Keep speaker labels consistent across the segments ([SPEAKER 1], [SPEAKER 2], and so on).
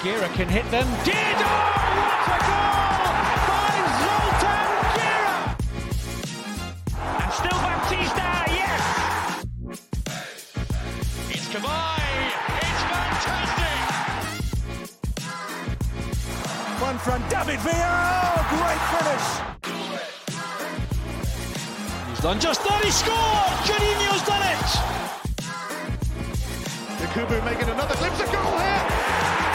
[SPEAKER 1] Gira can hit them. Did oh, what a goal by Zoltan Gira! And still Baptista, yes! It's Kavai! It's fantastic!
[SPEAKER 2] One from David Villa. Oh, great finish.
[SPEAKER 1] He's done just that, he scored! Juninho's done it!
[SPEAKER 3] Yakubu making another glimpse of goal here.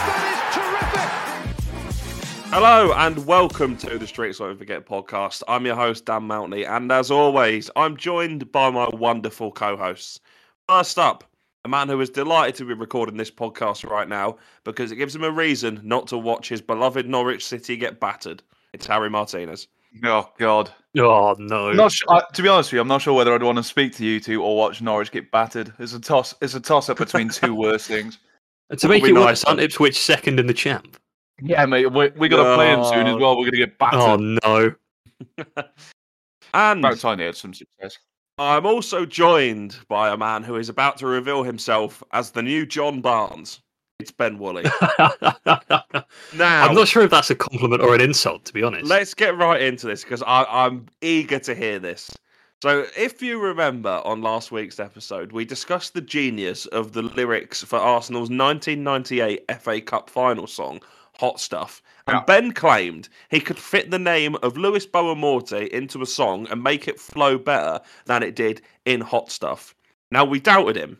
[SPEAKER 3] That is terrific.
[SPEAKER 4] Hello and welcome to the Streets Won't Forget podcast. I'm your host Dan Mountney, and as always, I'm joined by my wonderful co-hosts. First up, a man who is delighted to be recording this podcast right now because it gives him a reason not to watch his beloved Norwich City get battered. It's Harry Martinez.
[SPEAKER 5] Oh God!
[SPEAKER 6] Oh no!
[SPEAKER 5] I'm not su- I, to be honest with you, I'm not sure whether I'd want to speak to you two or watch Norwich get battered. It's a toss. It's a toss up between two worst things.
[SPEAKER 6] to make
[SPEAKER 5] Probably
[SPEAKER 6] it
[SPEAKER 5] not.
[SPEAKER 6] worse, aren't Ipswich second in the champ?
[SPEAKER 5] Yeah, mate. We we got to play them soon as well. We're going to get
[SPEAKER 6] Oh
[SPEAKER 5] battered.
[SPEAKER 6] no!
[SPEAKER 4] And
[SPEAKER 5] About time they had some success.
[SPEAKER 4] I'm also joined by a man who is about to reveal himself as the new John Barnes. It's Ben Woolley. now,
[SPEAKER 6] I'm not sure if that's a compliment or an insult, to be honest.
[SPEAKER 4] Let's get right into this because I'm eager to hear this. So, if you remember on last week's episode, we discussed the genius of the lyrics for Arsenal's 1998 FA Cup final song, Hot Stuff. And
[SPEAKER 5] Yeah.
[SPEAKER 4] Ben claimed he could fit the name of Luis Boamorte into a song and make it flow better than it did in Hot Stuff. Now, we doubted him,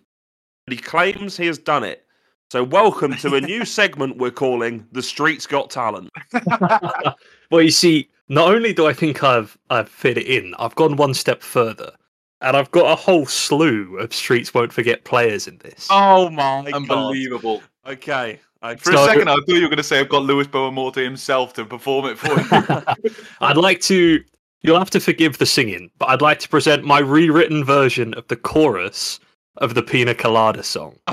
[SPEAKER 4] but he claims he has done it. So, welcome to a new segment we're calling The Streets Got Talent.
[SPEAKER 6] Well, you see, not only do I think I've I've fit it in, I've gone one step further, and I've got a whole slew of streets won't forget players in this.
[SPEAKER 4] Oh my
[SPEAKER 5] Unbelievable.
[SPEAKER 4] god! Okay, uh, I
[SPEAKER 5] For
[SPEAKER 6] So-
[SPEAKER 5] a second, I thought you were going to say I've got Lewis Boamorte himself to perform it for you.
[SPEAKER 6] I'd like to. You'll have to forgive the singing, but I'd like to present my rewritten version of the chorus of the Pina Colada song.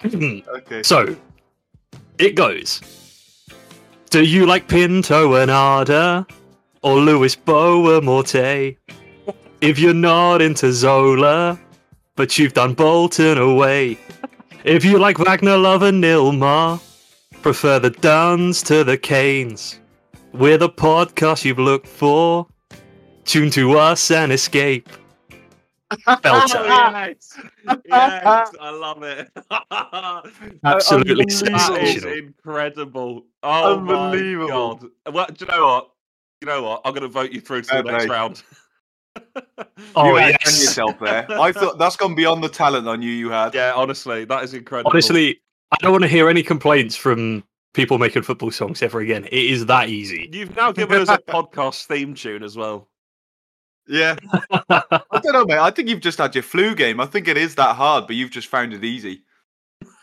[SPEAKER 6] Hmm.
[SPEAKER 5] okay.
[SPEAKER 6] So, it goes. Do you like Pinto and Arda or Luis Boa Morte? If you're not into Zola, but you've done Bolton away. If you like Wagner Love and Nilmar, prefer the Duns to the Canes. We're the podcast you've looked for. Tune to us and escape. Belter.
[SPEAKER 4] yes. yes, I love it. that
[SPEAKER 6] Absolutely
[SPEAKER 4] is
[SPEAKER 6] sensational.
[SPEAKER 4] incredible. Oh
[SPEAKER 5] Unbelievable.
[SPEAKER 4] my god! Well, do you know what? You know what? I'm going to vote you through
[SPEAKER 5] Fair
[SPEAKER 4] to the next
[SPEAKER 5] play.
[SPEAKER 4] round.
[SPEAKER 6] Oh,
[SPEAKER 5] you outdone
[SPEAKER 6] yes.
[SPEAKER 5] yourself there. I thought that's gone beyond the talent I knew you had.
[SPEAKER 4] Yeah, honestly, that is incredible.
[SPEAKER 6] Honestly, I don't want to hear any complaints from people making football songs ever again. It is that easy.
[SPEAKER 4] you've now given us a podcast theme tune as well.
[SPEAKER 5] Yeah. I don't know, mate. I think you've just had your flu game. I think it is that hard, but you've just found it easy.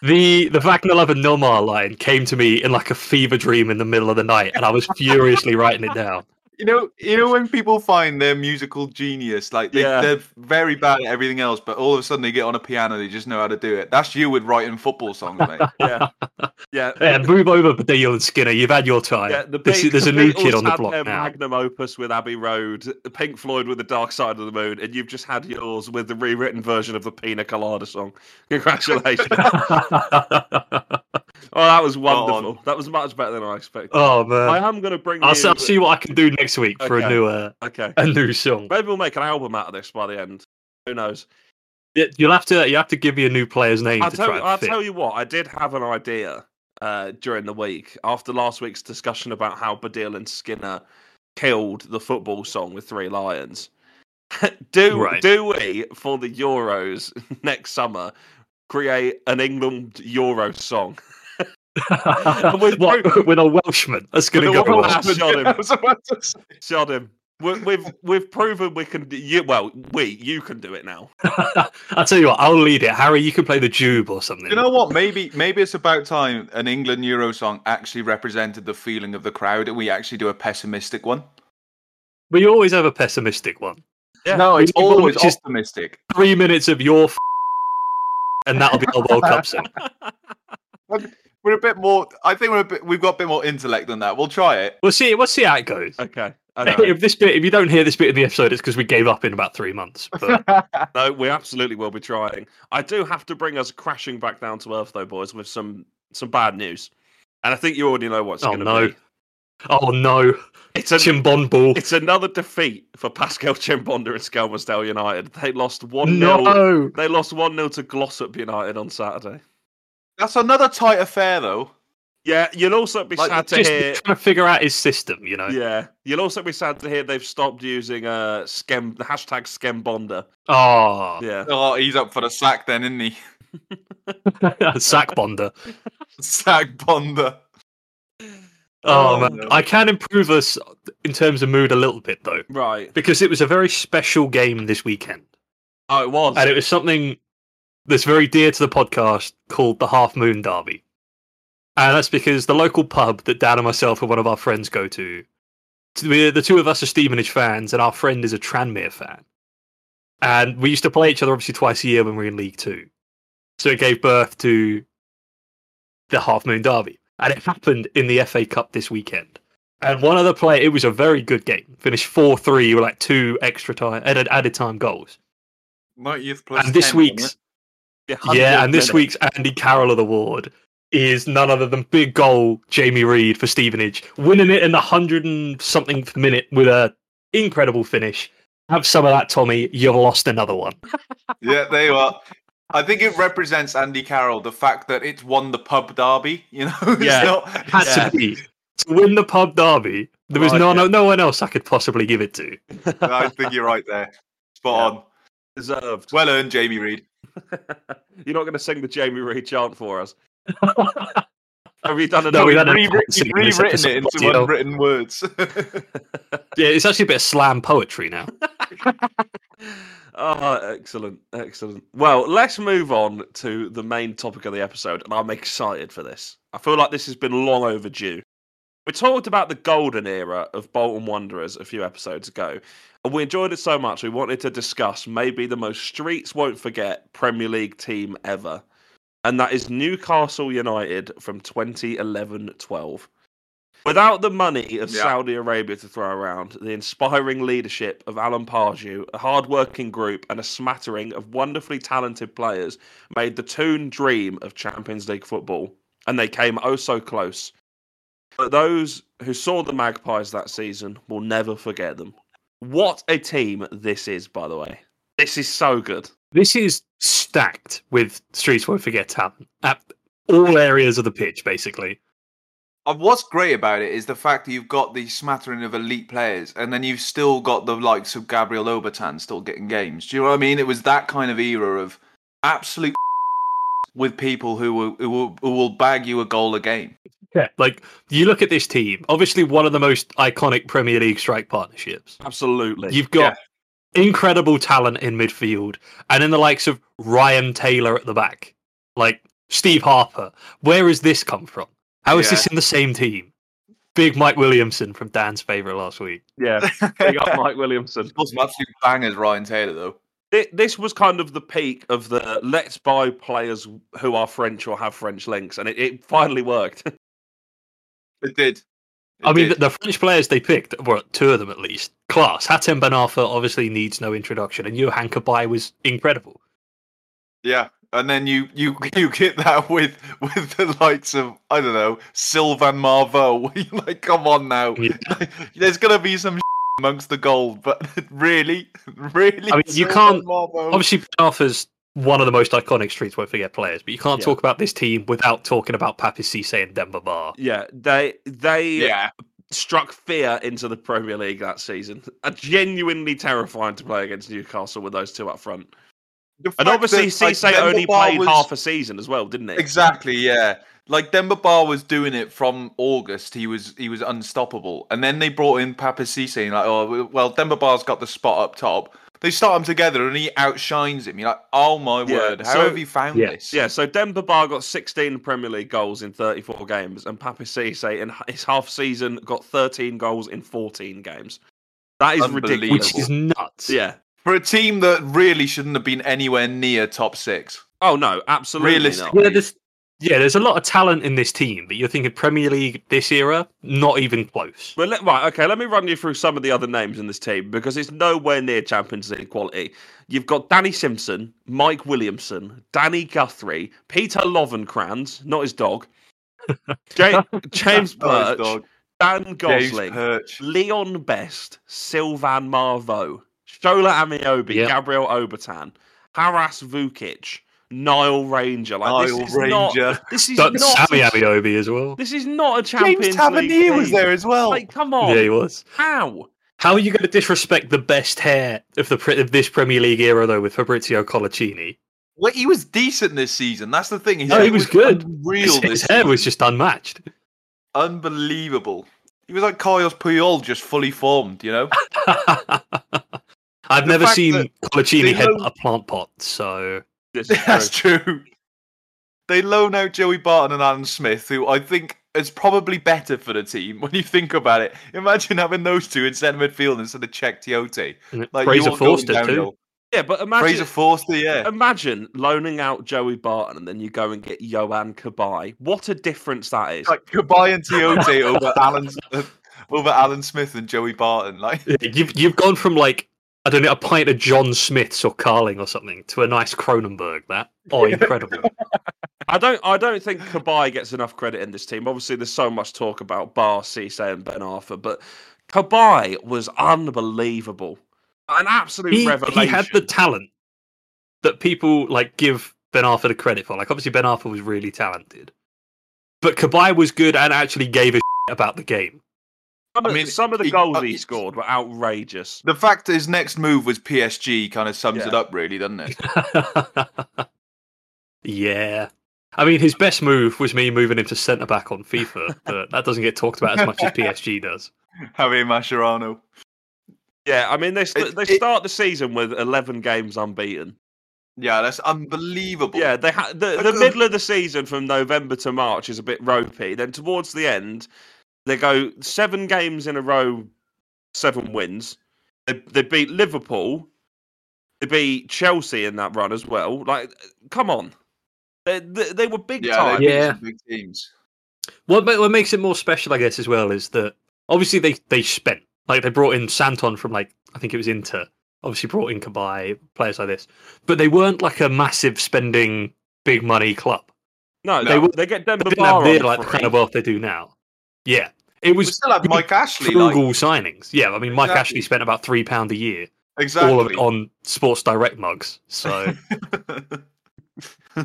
[SPEAKER 6] The the Wagner Love and Nomar line came to me in like a fever dream in the middle of the night, and I was furiously writing it down.
[SPEAKER 5] You know, you know when people find their musical genius, like they,
[SPEAKER 4] Yeah.
[SPEAKER 5] they're very bad at everything else, but all of a sudden they get on a piano, they just know how to do it. That's you with writing football songs, mate.
[SPEAKER 4] Yeah, yeah.
[SPEAKER 6] Yeah, move over, Badil and Skinner. You've had your time.
[SPEAKER 4] Yeah, the
[SPEAKER 6] This is-
[SPEAKER 4] Beat-
[SPEAKER 6] there's
[SPEAKER 4] the
[SPEAKER 6] a new kid
[SPEAKER 4] Beatles
[SPEAKER 6] on the
[SPEAKER 4] had
[SPEAKER 6] block
[SPEAKER 4] their
[SPEAKER 6] now.
[SPEAKER 4] Magnum opus with Abbey Road, Pink Floyd with the Dark Side of the Moon, and you've just had yours with the rewritten version of the Pina Colada song. Congratulations! oh, that was wonderful. That was much better than I expected.
[SPEAKER 6] oh
[SPEAKER 4] I
[SPEAKER 6] man,
[SPEAKER 4] am going to bring
[SPEAKER 6] I'll,
[SPEAKER 4] you.
[SPEAKER 6] s- I'll see what I can do next week for
[SPEAKER 4] Okay.
[SPEAKER 6] a new uh,
[SPEAKER 4] Okay,
[SPEAKER 6] a new song.
[SPEAKER 4] maybe we'll make an album out of this by the end. Who knows?
[SPEAKER 6] Yeah, You'll have to you have to give me a new player's name
[SPEAKER 4] I'll
[SPEAKER 6] to
[SPEAKER 4] tell,
[SPEAKER 6] try.
[SPEAKER 4] you,
[SPEAKER 6] and
[SPEAKER 4] I'll
[SPEAKER 6] fit.
[SPEAKER 4] tell you what, I did have an idea uh, during the week after last week's discussion about how Badil and Skinner killed the football song with Three Lions. do
[SPEAKER 6] Right.
[SPEAKER 4] do we for the Euros next summer create an England Euro song? We've
[SPEAKER 6] what, with a Welshman, that's gonna
[SPEAKER 4] With a
[SPEAKER 6] go. well.
[SPEAKER 4] Welshman. shot him.
[SPEAKER 5] I was about to say.
[SPEAKER 4] Shot him. We- We've we've proven we can. do- You, well, we you can do it now.
[SPEAKER 6] I'll tell you what, I'll lead it. Harry, you can play the Jube or something.
[SPEAKER 5] You know what? Maybe maybe it's about time an England Euro song actually represented the feeling of the crowd, and we actually do a pessimistic one.
[SPEAKER 6] we always have a pessimistic one.
[SPEAKER 4] Yeah.
[SPEAKER 5] No, it's
[SPEAKER 6] People
[SPEAKER 5] always
[SPEAKER 6] just-
[SPEAKER 5] optimistic.
[SPEAKER 6] Three minutes of your f- and that'll be our World Cup song.
[SPEAKER 5] We're a bit more. I think we're a bit, we've got a bit more intellect than that. We'll try it.
[SPEAKER 6] We'll see. We'll see how it goes.
[SPEAKER 4] Okay, I know.
[SPEAKER 6] if this bit, if you don't hear this bit in the episode, it's because we gave up in about three months. But
[SPEAKER 4] no, we absolutely will be trying. I do have to bring us crashing back down to earth, though, boys, with some some bad news. And I think you already know what's
[SPEAKER 6] Oh,
[SPEAKER 4] going to
[SPEAKER 6] no.
[SPEAKER 4] be.
[SPEAKER 6] oh no,
[SPEAKER 4] It's a,
[SPEAKER 6] Chimbon ball.
[SPEAKER 4] it's another defeat for Pascal Chimbonda and Skelmersdale United. They lost one 0
[SPEAKER 6] No,
[SPEAKER 4] They lost one 0 to Glossop United on Saturday.
[SPEAKER 5] That's another tight affair, though.
[SPEAKER 4] Yeah, you'll also be
[SPEAKER 5] Like,
[SPEAKER 4] sad to
[SPEAKER 6] just
[SPEAKER 4] hear.
[SPEAKER 6] trying to figure out his system. You know.
[SPEAKER 4] Yeah, you'll also be sad to hear they've stopped using uh scam the hashtag Skembonda.
[SPEAKER 6] Ah,
[SPEAKER 4] Yeah,
[SPEAKER 5] Oh, he's up for the sack then, isn't he?
[SPEAKER 6] sack bonder.
[SPEAKER 5] Sack Bonda.
[SPEAKER 6] Oh,
[SPEAKER 5] Oh,
[SPEAKER 6] man,
[SPEAKER 5] no.
[SPEAKER 6] I can improve us in terms of mood a little bit though,
[SPEAKER 4] right.
[SPEAKER 6] because it was a very special game this weekend,
[SPEAKER 4] Oh, it was.
[SPEAKER 6] and it was something that's very dear to the podcast called the Half Moon Derby, and that's because the local pub that Dan and myself and one of our friends go to, the the two of us are Stevenage fans, and our friend is a Tranmere fan, and we used to play each other obviously twice a year when we were in League Two, so it gave birth to the Half Moon Derby, and it happened in the FA Cup this weekend. And one other player, it was a very good game. Finished four three with like two extra time added, added time goals.
[SPEAKER 5] 90th plus
[SPEAKER 6] And this
[SPEAKER 5] 10, wasn't
[SPEAKER 6] week's
[SPEAKER 5] it?
[SPEAKER 6] yeah, and this
[SPEAKER 4] 100 minutes.
[SPEAKER 6] week's Andy Carroll award is none other than big goal Jamie Reed for Stevenage, winning it in the hundred and something minute with a incredible finish. Have some of that, Tommy. You've lost another one.
[SPEAKER 5] Yeah, there you are. I think it represents Andy Carroll, the fact that it's won the pub derby, you know? It's
[SPEAKER 4] Yeah.
[SPEAKER 5] not-
[SPEAKER 6] Had to be to win the pub derby. There was
[SPEAKER 4] Right,
[SPEAKER 6] no,
[SPEAKER 4] yeah.
[SPEAKER 6] no no one else I could possibly give it to.
[SPEAKER 5] I think you're right there. Spot
[SPEAKER 4] Yeah.
[SPEAKER 5] on.
[SPEAKER 4] deserved.
[SPEAKER 5] Well earned, Jamie Reed.
[SPEAKER 4] You're not going to sing the Jamie Reed chant for us. Have you done
[SPEAKER 6] No,
[SPEAKER 4] another?
[SPEAKER 6] we had a
[SPEAKER 5] He's
[SPEAKER 6] rewritten
[SPEAKER 5] rewritten it into unwritten words.
[SPEAKER 6] Yeah, it's actually a bit of slam poetry now.
[SPEAKER 4] Ah, excellent, excellent. Well, let's move on to the main topic of the episode, and I'm excited for this. I feel like this has been long overdue. We talked about the golden era of Bolton Wanderers a few episodes ago, and we enjoyed it so much we wanted to discuss maybe the most streets won't forget Premier League team ever, and that is Newcastle United from 2011 12. Without the money of
[SPEAKER 5] Yeah.
[SPEAKER 4] Saudi Arabia to throw around, the inspiring leadership of Alan Pardew, a hard-working group, and a smattering of wonderfully talented players made the Toon dream of Champions League football, and they came oh so close. But those who saw the Magpies that season will never forget them. What a team this is, by the way. This is so good.
[SPEAKER 6] This is stacked with Streets Won't Forget talent at all areas of the pitch, basically.
[SPEAKER 5] And what's great about it is the fact that you've got the smattering of elite players, and then you've still got the likes of Gabriel Obertan still getting games. Do you know what I mean? It was that kind of era of absolute with people who will, who will who will bag you a goal a game.
[SPEAKER 6] Yeah. Like, you look at this team, obviously one of the most iconic Premier League strike partnerships.
[SPEAKER 4] Absolutely.
[SPEAKER 6] You've got incredible talent in midfield and in the likes of Ryan Taylor at the back, like Steve Harper. Where has this come from? How is
[SPEAKER 5] Yeah.
[SPEAKER 6] this in the same team? Big Mike Williamson from Dan's favourite last week.
[SPEAKER 4] yeah. Big up Mike Williamson.
[SPEAKER 5] It was some absolute bangers, Ryan Taylor though.
[SPEAKER 4] Thi- this was kind of the peak of the let's buy players who are French or have French links, and it, it finally worked.
[SPEAKER 5] It did.
[SPEAKER 6] I mean, the, the French players they picked were two of them at least. Class. Hatem Ben Arfa obviously needs no introduction, and Johan Kabay was incredible.
[SPEAKER 5] yeah. And then you you you get that with with the likes of I don't know Sylvain Marveaux. You're like, come on now.
[SPEAKER 6] Yeah.
[SPEAKER 5] There's gonna be some amongst the gold, but really, really,
[SPEAKER 6] I mean, you
[SPEAKER 5] Sylvain
[SPEAKER 6] can't-
[SPEAKER 5] Marveaux?
[SPEAKER 6] Obviously, Ben Arfa's one of the most iconic streets won't forget players, but you can't
[SPEAKER 4] Yeah.
[SPEAKER 6] talk about this team without talking about Papi Cisse and Denver Bar.
[SPEAKER 4] yeah, they they
[SPEAKER 5] yeah,
[SPEAKER 4] struck fear into the Premier League that season. A genuinely terrifying to play against Newcastle with those two up front,
[SPEAKER 5] The
[SPEAKER 4] and
[SPEAKER 5] fact
[SPEAKER 4] obviously
[SPEAKER 5] that, like,
[SPEAKER 4] Cisse only
[SPEAKER 5] Demba Ba
[SPEAKER 4] played
[SPEAKER 5] was-
[SPEAKER 4] half a season as well, didn't he?
[SPEAKER 5] Exactly, yeah. Like Denver Bar was doing it from August. He was he was unstoppable, and then they brought in Papa Cisse, and like, oh well, Denver Bar's got the spot up top. They start him together, and he outshines him. You're like, oh my
[SPEAKER 4] Yeah,
[SPEAKER 5] word, how
[SPEAKER 4] so-
[SPEAKER 5] have you found
[SPEAKER 6] Yeah.
[SPEAKER 5] this?
[SPEAKER 4] Yeah, so Denver Bar got 16 Premier League goals in 34 games, and Papi Cisse in his half season got 13 goals in 14 games. That is ridiculous.
[SPEAKER 6] Which
[SPEAKER 5] Unbelievable.
[SPEAKER 6] is nuts.
[SPEAKER 4] Yeah.
[SPEAKER 5] for a team that really shouldn't have been anywhere near top six.
[SPEAKER 4] Oh no, absolutely
[SPEAKER 5] Realistic-
[SPEAKER 4] not.
[SPEAKER 6] Yeah, this Yeah, there's a lot of talent in this team, but you're thinking Premier League this era, not even close.
[SPEAKER 4] But let, right, okay, let me run you through some of the other names in this team because it's nowhere near Champions League quality. You've got Danny Simpson, Mike Williamson, Danny Guthrie, Peter Lovenkranz, not his dog, Ja- James
[SPEAKER 5] Not his
[SPEAKER 4] Birch,
[SPEAKER 5] dog.
[SPEAKER 4] Dan
[SPEAKER 5] James
[SPEAKER 4] Gosling,
[SPEAKER 5] Perch.
[SPEAKER 4] Leon Best, Sylvan Marvo, Shola Amiobi,
[SPEAKER 6] Yep.
[SPEAKER 4] Gabriel Obertan, Haras Vukic, Niall Ranger. Like,
[SPEAKER 5] Niall
[SPEAKER 4] this is not-
[SPEAKER 5] Ranger.
[SPEAKER 4] this is
[SPEAKER 6] But
[SPEAKER 4] not.
[SPEAKER 6] Sammy Abiobi as well.
[SPEAKER 4] This is not a Champions
[SPEAKER 5] James
[SPEAKER 4] League
[SPEAKER 5] Tavernier
[SPEAKER 4] team.
[SPEAKER 5] was there as well.
[SPEAKER 4] Like, come on.
[SPEAKER 6] Yeah, he was.
[SPEAKER 4] How?
[SPEAKER 6] How are you going to disrespect the best hair of the pre- of this Premier League era though with Fabrizio Colaccini?
[SPEAKER 5] Well, he was decent this season. That's the thing. His
[SPEAKER 6] No, he
[SPEAKER 5] hair
[SPEAKER 6] was good.
[SPEAKER 5] Unreal.
[SPEAKER 6] His,
[SPEAKER 5] this
[SPEAKER 6] his hair
[SPEAKER 5] season.
[SPEAKER 6] was just unmatched.
[SPEAKER 5] unbelievable. He was like Carlos Puyol, just fully formed. You know.
[SPEAKER 6] I've never
[SPEAKER 5] fact
[SPEAKER 6] seen
[SPEAKER 5] that
[SPEAKER 6] Colaccini
[SPEAKER 5] they
[SPEAKER 6] head
[SPEAKER 5] don't-
[SPEAKER 6] a plant pot, so
[SPEAKER 4] This is
[SPEAKER 5] That's
[SPEAKER 4] true.
[SPEAKER 5] true. They loan out Joey Barton and Alan Smith, who I think is probably better for the team when you think about it. Imagine having those two in centre midfield instead of Czech Tiote.
[SPEAKER 6] Fraser Forster too.
[SPEAKER 4] Yeah, but imagine
[SPEAKER 5] Fraser Forster, yeah.
[SPEAKER 4] imagine loaning out Joey Barton and then you go and get Johan Kabay. What a difference that is.
[SPEAKER 5] Like goodbye and Tiote over Alan over Alan Smith and Joey Barton. Like
[SPEAKER 6] You've you've gone from like I don't know a pint of John Smith's or Carling or something to a nice Cronenberg. That oh incredible.
[SPEAKER 4] I don't I don't think Kabay gets enough credit in this team. Obviously there's so much talk about Bar, Cisse and Ben Arthur, but Kabay was unbelievable. An absolute
[SPEAKER 6] he,
[SPEAKER 4] revelation.
[SPEAKER 6] he had the talent that people like give Ben Arthur the credit for. Like obviously Ben Arthur was really talented, but Kabay was good and actually gave a shit about the game.
[SPEAKER 4] some, of,
[SPEAKER 5] I mean,
[SPEAKER 4] some of the
[SPEAKER 5] he-
[SPEAKER 4] goals
[SPEAKER 5] uh,
[SPEAKER 4] he
[SPEAKER 5] it's-
[SPEAKER 4] scored were outrageous.
[SPEAKER 5] the fact that his next move was PSG kind of sums it
[SPEAKER 4] Yeah.
[SPEAKER 5] up really, doesn't it?
[SPEAKER 6] yeah, I mean his best move was me moving him to centre back on FIFA, but that doesn't get talked about as much as PSG does.
[SPEAKER 5] Javier Mascherano.
[SPEAKER 4] Yeah, I mean they st-
[SPEAKER 5] It-
[SPEAKER 4] they
[SPEAKER 5] it-
[SPEAKER 4] start the season with 11 games unbeaten.
[SPEAKER 5] Yeah, that's unbelievable.
[SPEAKER 4] Yeah, they ha- the,
[SPEAKER 5] Look
[SPEAKER 4] the
[SPEAKER 5] at-
[SPEAKER 4] middle of the season from November to March is a bit ropey. Then towards the end, they go seven games in a row, seven wins. They, they beat Liverpool. They beat Chelsea in that run as well. Like, come on. They, they, they were big
[SPEAKER 5] Yeah,
[SPEAKER 4] time.
[SPEAKER 5] they beat
[SPEAKER 6] Yeah.
[SPEAKER 5] some big teams.
[SPEAKER 6] What ma- what makes it more special, I guess, as well, is that obviously they they spent like they brought in Santon from like I think it was Inter. Obviously brought in Kabay players like this, but they weren't like a massive spending big money club.
[SPEAKER 4] No,
[SPEAKER 5] No.
[SPEAKER 4] they, were- they get
[SPEAKER 6] They
[SPEAKER 4] Denver
[SPEAKER 6] didn't
[SPEAKER 4] Bar
[SPEAKER 6] have near
[SPEAKER 4] on
[SPEAKER 6] like the
[SPEAKER 4] free.
[SPEAKER 6] kind of wealth they do now. Yeah, it
[SPEAKER 5] We
[SPEAKER 6] was
[SPEAKER 5] still had
[SPEAKER 6] good
[SPEAKER 5] Mike Ashley. Like,
[SPEAKER 6] frugal signings. Yeah, I mean Mike
[SPEAKER 5] Exactly.
[SPEAKER 6] Ashley spent about three pound a year,
[SPEAKER 5] exactly.
[SPEAKER 6] all of it on Sports Direct mugs. So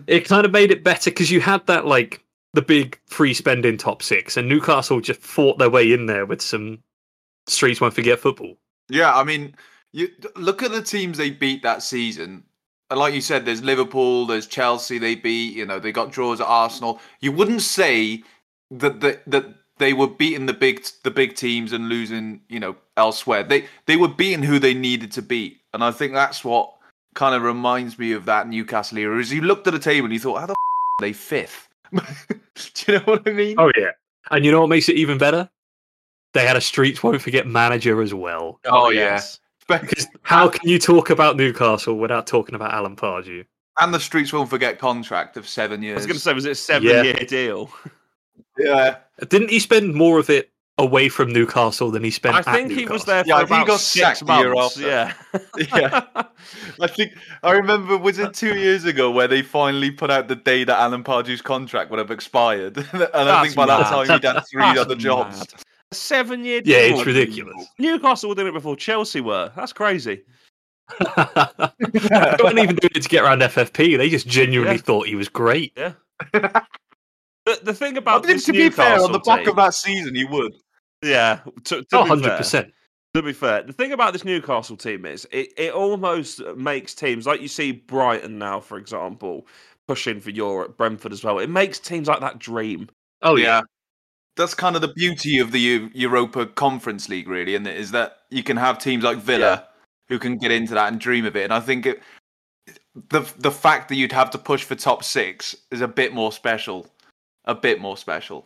[SPEAKER 6] it kind of made it better because you had that like the big free spending top six, and Newcastle just fought their way in there with some streets won't forget football.
[SPEAKER 5] Yeah, I mean, you d- look at the teams they beat that season. And like you said, there's Liverpool, there's Chelsea they beat, you know, they got draws at Arsenal. You wouldn't say that that, that they were beating the big the big teams and losing, you know, elsewhere. They they were beating who they needed to beat. And I think that's what kind of reminds me of that Newcastle era. Is you looked at the table and you thought, how the f- are they fifth? Do you know what I mean?
[SPEAKER 6] Oh yeah, and you know what makes it even better? They had a streets won't forget manager as well.
[SPEAKER 5] Oh, yeah.
[SPEAKER 6] Because how can you talk about Newcastle without talking about Alan Pardew?
[SPEAKER 5] And the Streets Won't Forget contract of seven
[SPEAKER 4] I
[SPEAKER 5] years.
[SPEAKER 4] was going to say, was it a seven year deal?
[SPEAKER 5] yeah.
[SPEAKER 6] Didn't he spend more of it away from Newcastle than he spent?
[SPEAKER 4] I
[SPEAKER 6] at
[SPEAKER 4] think he was
[SPEAKER 6] Newcastle?
[SPEAKER 4] there for
[SPEAKER 5] Yeah, I think he
[SPEAKER 4] about
[SPEAKER 5] got
[SPEAKER 4] six
[SPEAKER 5] sacked the year
[SPEAKER 4] months.
[SPEAKER 5] Yeah.
[SPEAKER 4] Yeah.
[SPEAKER 5] I think I remember was it two years ago where they finally put out the day that Alan Pardew's contract would have expired, and I
[SPEAKER 4] That's
[SPEAKER 5] think by that
[SPEAKER 4] mad.
[SPEAKER 5] time he'd had three
[SPEAKER 4] That's
[SPEAKER 5] other jobs.
[SPEAKER 4] mad. A seven year deal.
[SPEAKER 6] Yeah, it's ridiculous.
[SPEAKER 4] Newcastle were doing it before Chelsea were. That's crazy.
[SPEAKER 6] they weren't even doing it to get around FFP. They just genuinely
[SPEAKER 4] Yeah.
[SPEAKER 6] thought he was great.
[SPEAKER 4] The, the thing
[SPEAKER 5] I
[SPEAKER 4] about
[SPEAKER 5] think
[SPEAKER 4] this
[SPEAKER 5] to be fair, on the
[SPEAKER 4] Newcastle
[SPEAKER 5] back of
[SPEAKER 4] team-
[SPEAKER 5] that season, you would.
[SPEAKER 4] yeah, to, to
[SPEAKER 6] Oh,
[SPEAKER 4] be fair-
[SPEAKER 6] 100%.
[SPEAKER 4] To be fair, the thing about this Newcastle team is it, it almost makes teams like you see Brighton now, for example, pushing for Europe, Brentford as well. It makes teams like that dream.
[SPEAKER 6] Oh,
[SPEAKER 5] That's kind of the beauty of the Eu- Europa Conference League, really, and is that you can have teams like Villa who can get into that and dream of it. And I think it, the the fact that you'd have to push for top six is a bit more special, a bit more special.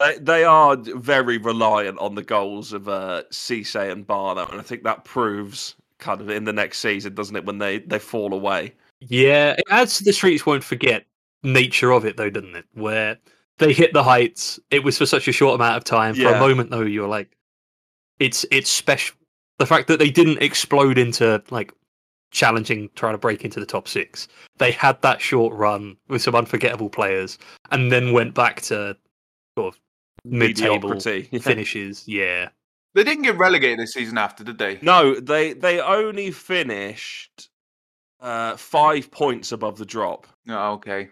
[SPEAKER 4] They, they are very reliant on the goals of uh, Cisse and Bar, though, and I think that proves kind of in the next season, doesn't it, when they, they fall away.
[SPEAKER 6] Yeah, it adds to the streets won't forget nature of it, though, doesn't it? Where they hit the heights. It was for such a short amount of time. For
[SPEAKER 4] Yeah.
[SPEAKER 6] a moment, though, you're like, it's it's special. The fact that they didn't explode into like challenging, trying to break into the top six. They had that short run with some unforgettable players, and then went back to sort of mid-table
[SPEAKER 4] Mediocrity. Yeah.
[SPEAKER 6] finishes. Yeah,
[SPEAKER 5] They didn't get relegated this season after, did they?
[SPEAKER 4] No, they they only finished uh, five points above the drop.
[SPEAKER 5] No, okay.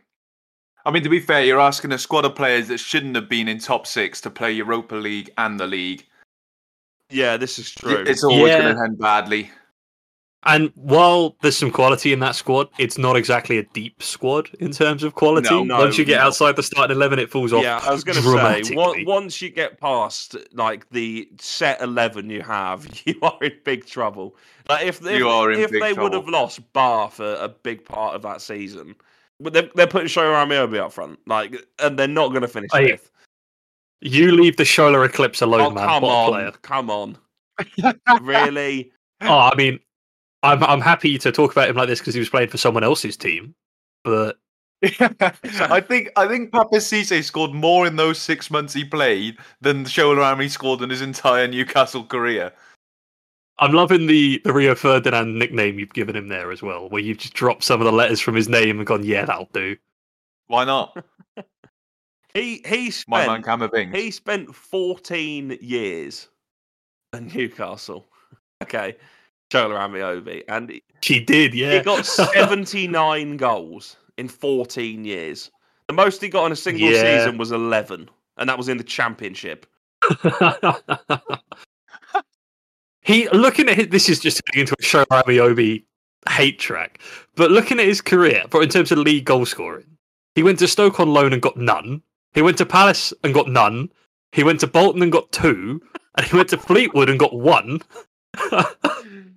[SPEAKER 5] I mean, to be fair, you're asking a squad of players that shouldn't have been in top six to play Europa League and the league.
[SPEAKER 4] Yeah, this is
[SPEAKER 5] Y-
[SPEAKER 4] true.
[SPEAKER 5] It's always
[SPEAKER 6] Yeah.
[SPEAKER 5] going to end badly.
[SPEAKER 6] And while there's some quality in that squad, it's not exactly a deep squad in terms of quality.
[SPEAKER 4] No, no,
[SPEAKER 6] Once you get
[SPEAKER 4] no.
[SPEAKER 6] outside the starting eleven, it falls off.
[SPEAKER 4] yeah, I was going to say, on-
[SPEAKER 6] dramatically.
[SPEAKER 4] once you get past like the set eleven you have, you are in big trouble. Like if if,
[SPEAKER 5] You are in
[SPEAKER 4] if
[SPEAKER 5] big
[SPEAKER 4] they would
[SPEAKER 5] trouble.
[SPEAKER 4] have lost Bar for a big part of that season, but they're, they're putting Show Ramiobi up front, like, and they're not going to finish
[SPEAKER 6] Hey,
[SPEAKER 4] fifth.
[SPEAKER 6] You leave the Scholar Eclipse alone,
[SPEAKER 4] Oh
[SPEAKER 6] man.
[SPEAKER 4] come
[SPEAKER 6] what a
[SPEAKER 4] on,
[SPEAKER 6] player.
[SPEAKER 4] come on, really?
[SPEAKER 6] Oh, I mean, I'm I'm happy to talk about him like this because he was playing for someone else's team, but
[SPEAKER 5] I think I think Papa Cisse scored more in those six months he played than Shola Amery scored in his entire Newcastle career.
[SPEAKER 6] I'm loving the the Rio Ferdinand nickname you've given him there as well, where you've just dropped some of the letters from his name and gone, yeah, that'll do.
[SPEAKER 5] Why not?
[SPEAKER 4] He he
[SPEAKER 5] My
[SPEAKER 4] spent
[SPEAKER 5] man Camavinga.
[SPEAKER 4] He spent 14 years at Newcastle. Okay. Chola Amiobi. And he-
[SPEAKER 6] She did, yeah.
[SPEAKER 4] he got 79 goals in 14 years. The most he got in a single
[SPEAKER 6] Yeah.
[SPEAKER 4] season was 11. And that was in the championship.
[SPEAKER 6] he looking at his, this is just turning into a show Obi hate track, but looking at his career, but in terms of league goal scoring, he went to Stoke on loan and got none. He went to Palace and got none. He went to Bolton and got two, and he went to Fleetwood and got one.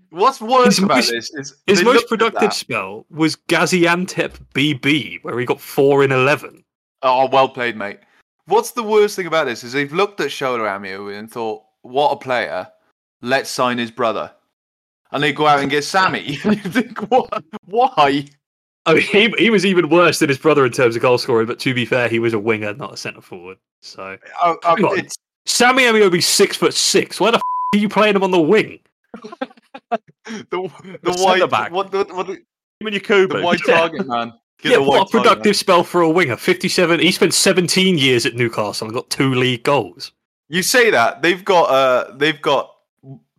[SPEAKER 5] What's worse
[SPEAKER 6] His
[SPEAKER 5] about
[SPEAKER 6] most-
[SPEAKER 5] this is
[SPEAKER 6] His
[SPEAKER 5] they
[SPEAKER 6] most
[SPEAKER 5] looked at
[SPEAKER 6] productive
[SPEAKER 5] that.
[SPEAKER 6] spell was Gaziantep BB, where he got four in eleven.
[SPEAKER 5] Oh, well played, mate. What's the worst thing about this is they've looked at Shola Amiobi and thought, "What a player! Let's sign his brother." And they go out and get Sammy. And you think, "What? Why?"
[SPEAKER 6] I mean, he, he was even worse than his brother in terms of goal scoring, but to be fair, he was a winger, not a centre forward. So
[SPEAKER 5] I, I,
[SPEAKER 6] Come on.
[SPEAKER 5] Uh, it's,
[SPEAKER 6] Sammy Amiobi's six foot six. Why the f- are you playing him on the wing?
[SPEAKER 5] the the,
[SPEAKER 4] The
[SPEAKER 5] wide
[SPEAKER 4] centre-back.
[SPEAKER 5] What, the, what the,
[SPEAKER 4] Him and
[SPEAKER 5] the
[SPEAKER 4] Yakubu.
[SPEAKER 5] wide
[SPEAKER 6] Yeah.
[SPEAKER 5] target man? Get
[SPEAKER 6] yeah,
[SPEAKER 5] the
[SPEAKER 6] what a
[SPEAKER 5] wide target man.
[SPEAKER 6] productive spell for a winger. Fifty-seven. He spent seventeen years at Newcastle and got two league goals.
[SPEAKER 5] You say that they've got uh they've got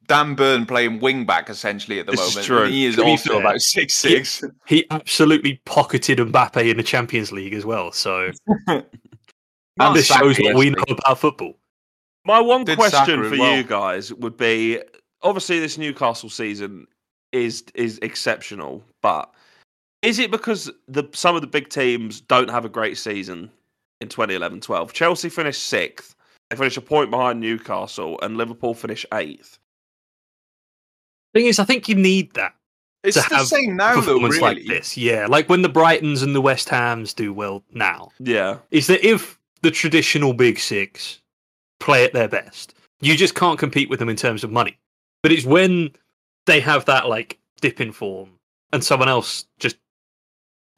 [SPEAKER 5] Dan Byrne playing wing back essentially at the
[SPEAKER 4] This is
[SPEAKER 5] moment.
[SPEAKER 4] true.
[SPEAKER 5] and He is
[SPEAKER 6] To be
[SPEAKER 5] also
[SPEAKER 6] fair,
[SPEAKER 5] about six six.
[SPEAKER 6] He absolutely pocketed Mbappe in the Champions League as well. So and this shows what we know about football.
[SPEAKER 4] My one
[SPEAKER 5] Did
[SPEAKER 4] question
[SPEAKER 5] Saka as
[SPEAKER 4] for
[SPEAKER 5] well.
[SPEAKER 4] you guys would be: obviously, this Newcastle season is is exceptional, but is it because the some of the big teams don't have a great season in 2011-12? Chelsea finished sixth, they finished a point behind Newcastle, and Liverpool finished eighth.
[SPEAKER 6] Thing is, I think you need that
[SPEAKER 5] It's
[SPEAKER 6] to
[SPEAKER 5] the
[SPEAKER 6] have
[SPEAKER 5] same now though,
[SPEAKER 6] performance
[SPEAKER 5] really.
[SPEAKER 6] like this. Yeah, like when the Brightons and the West Hams do well now.
[SPEAKER 4] Yeah,
[SPEAKER 6] is that if the traditional big six play at their best, you just can't compete with them in terms of money. But it's when they have that like dip in form and someone else just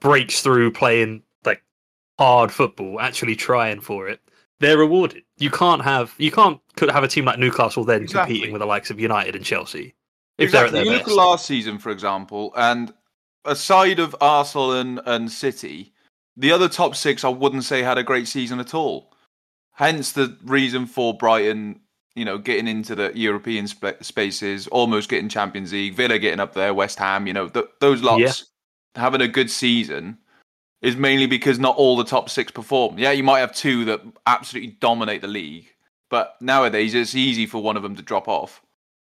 [SPEAKER 6] breaks through playing like hard football, actually trying for it, they're rewarded. You can't have you can't could have a team like Newcastle then
[SPEAKER 5] Exactly.
[SPEAKER 6] competing with the likes of United and Chelsea if
[SPEAKER 5] Exactly.
[SPEAKER 6] they're
[SPEAKER 5] you
[SPEAKER 6] at
[SPEAKER 5] look
[SPEAKER 6] their
[SPEAKER 5] at
[SPEAKER 6] best.
[SPEAKER 5] last season, for example, and aside of Arsenal and, and City, the other top six I wouldn't say had a great season at all. Hence the reason for Brighton, you know, getting into the European sp- spaces, almost getting Champions League, Villa getting up there, West Ham, you know, th- those lots having a good season is mainly because not all the top six perform. Yeah, you might have two that absolutely dominate the league, but nowadays it's easy for one of them to drop off.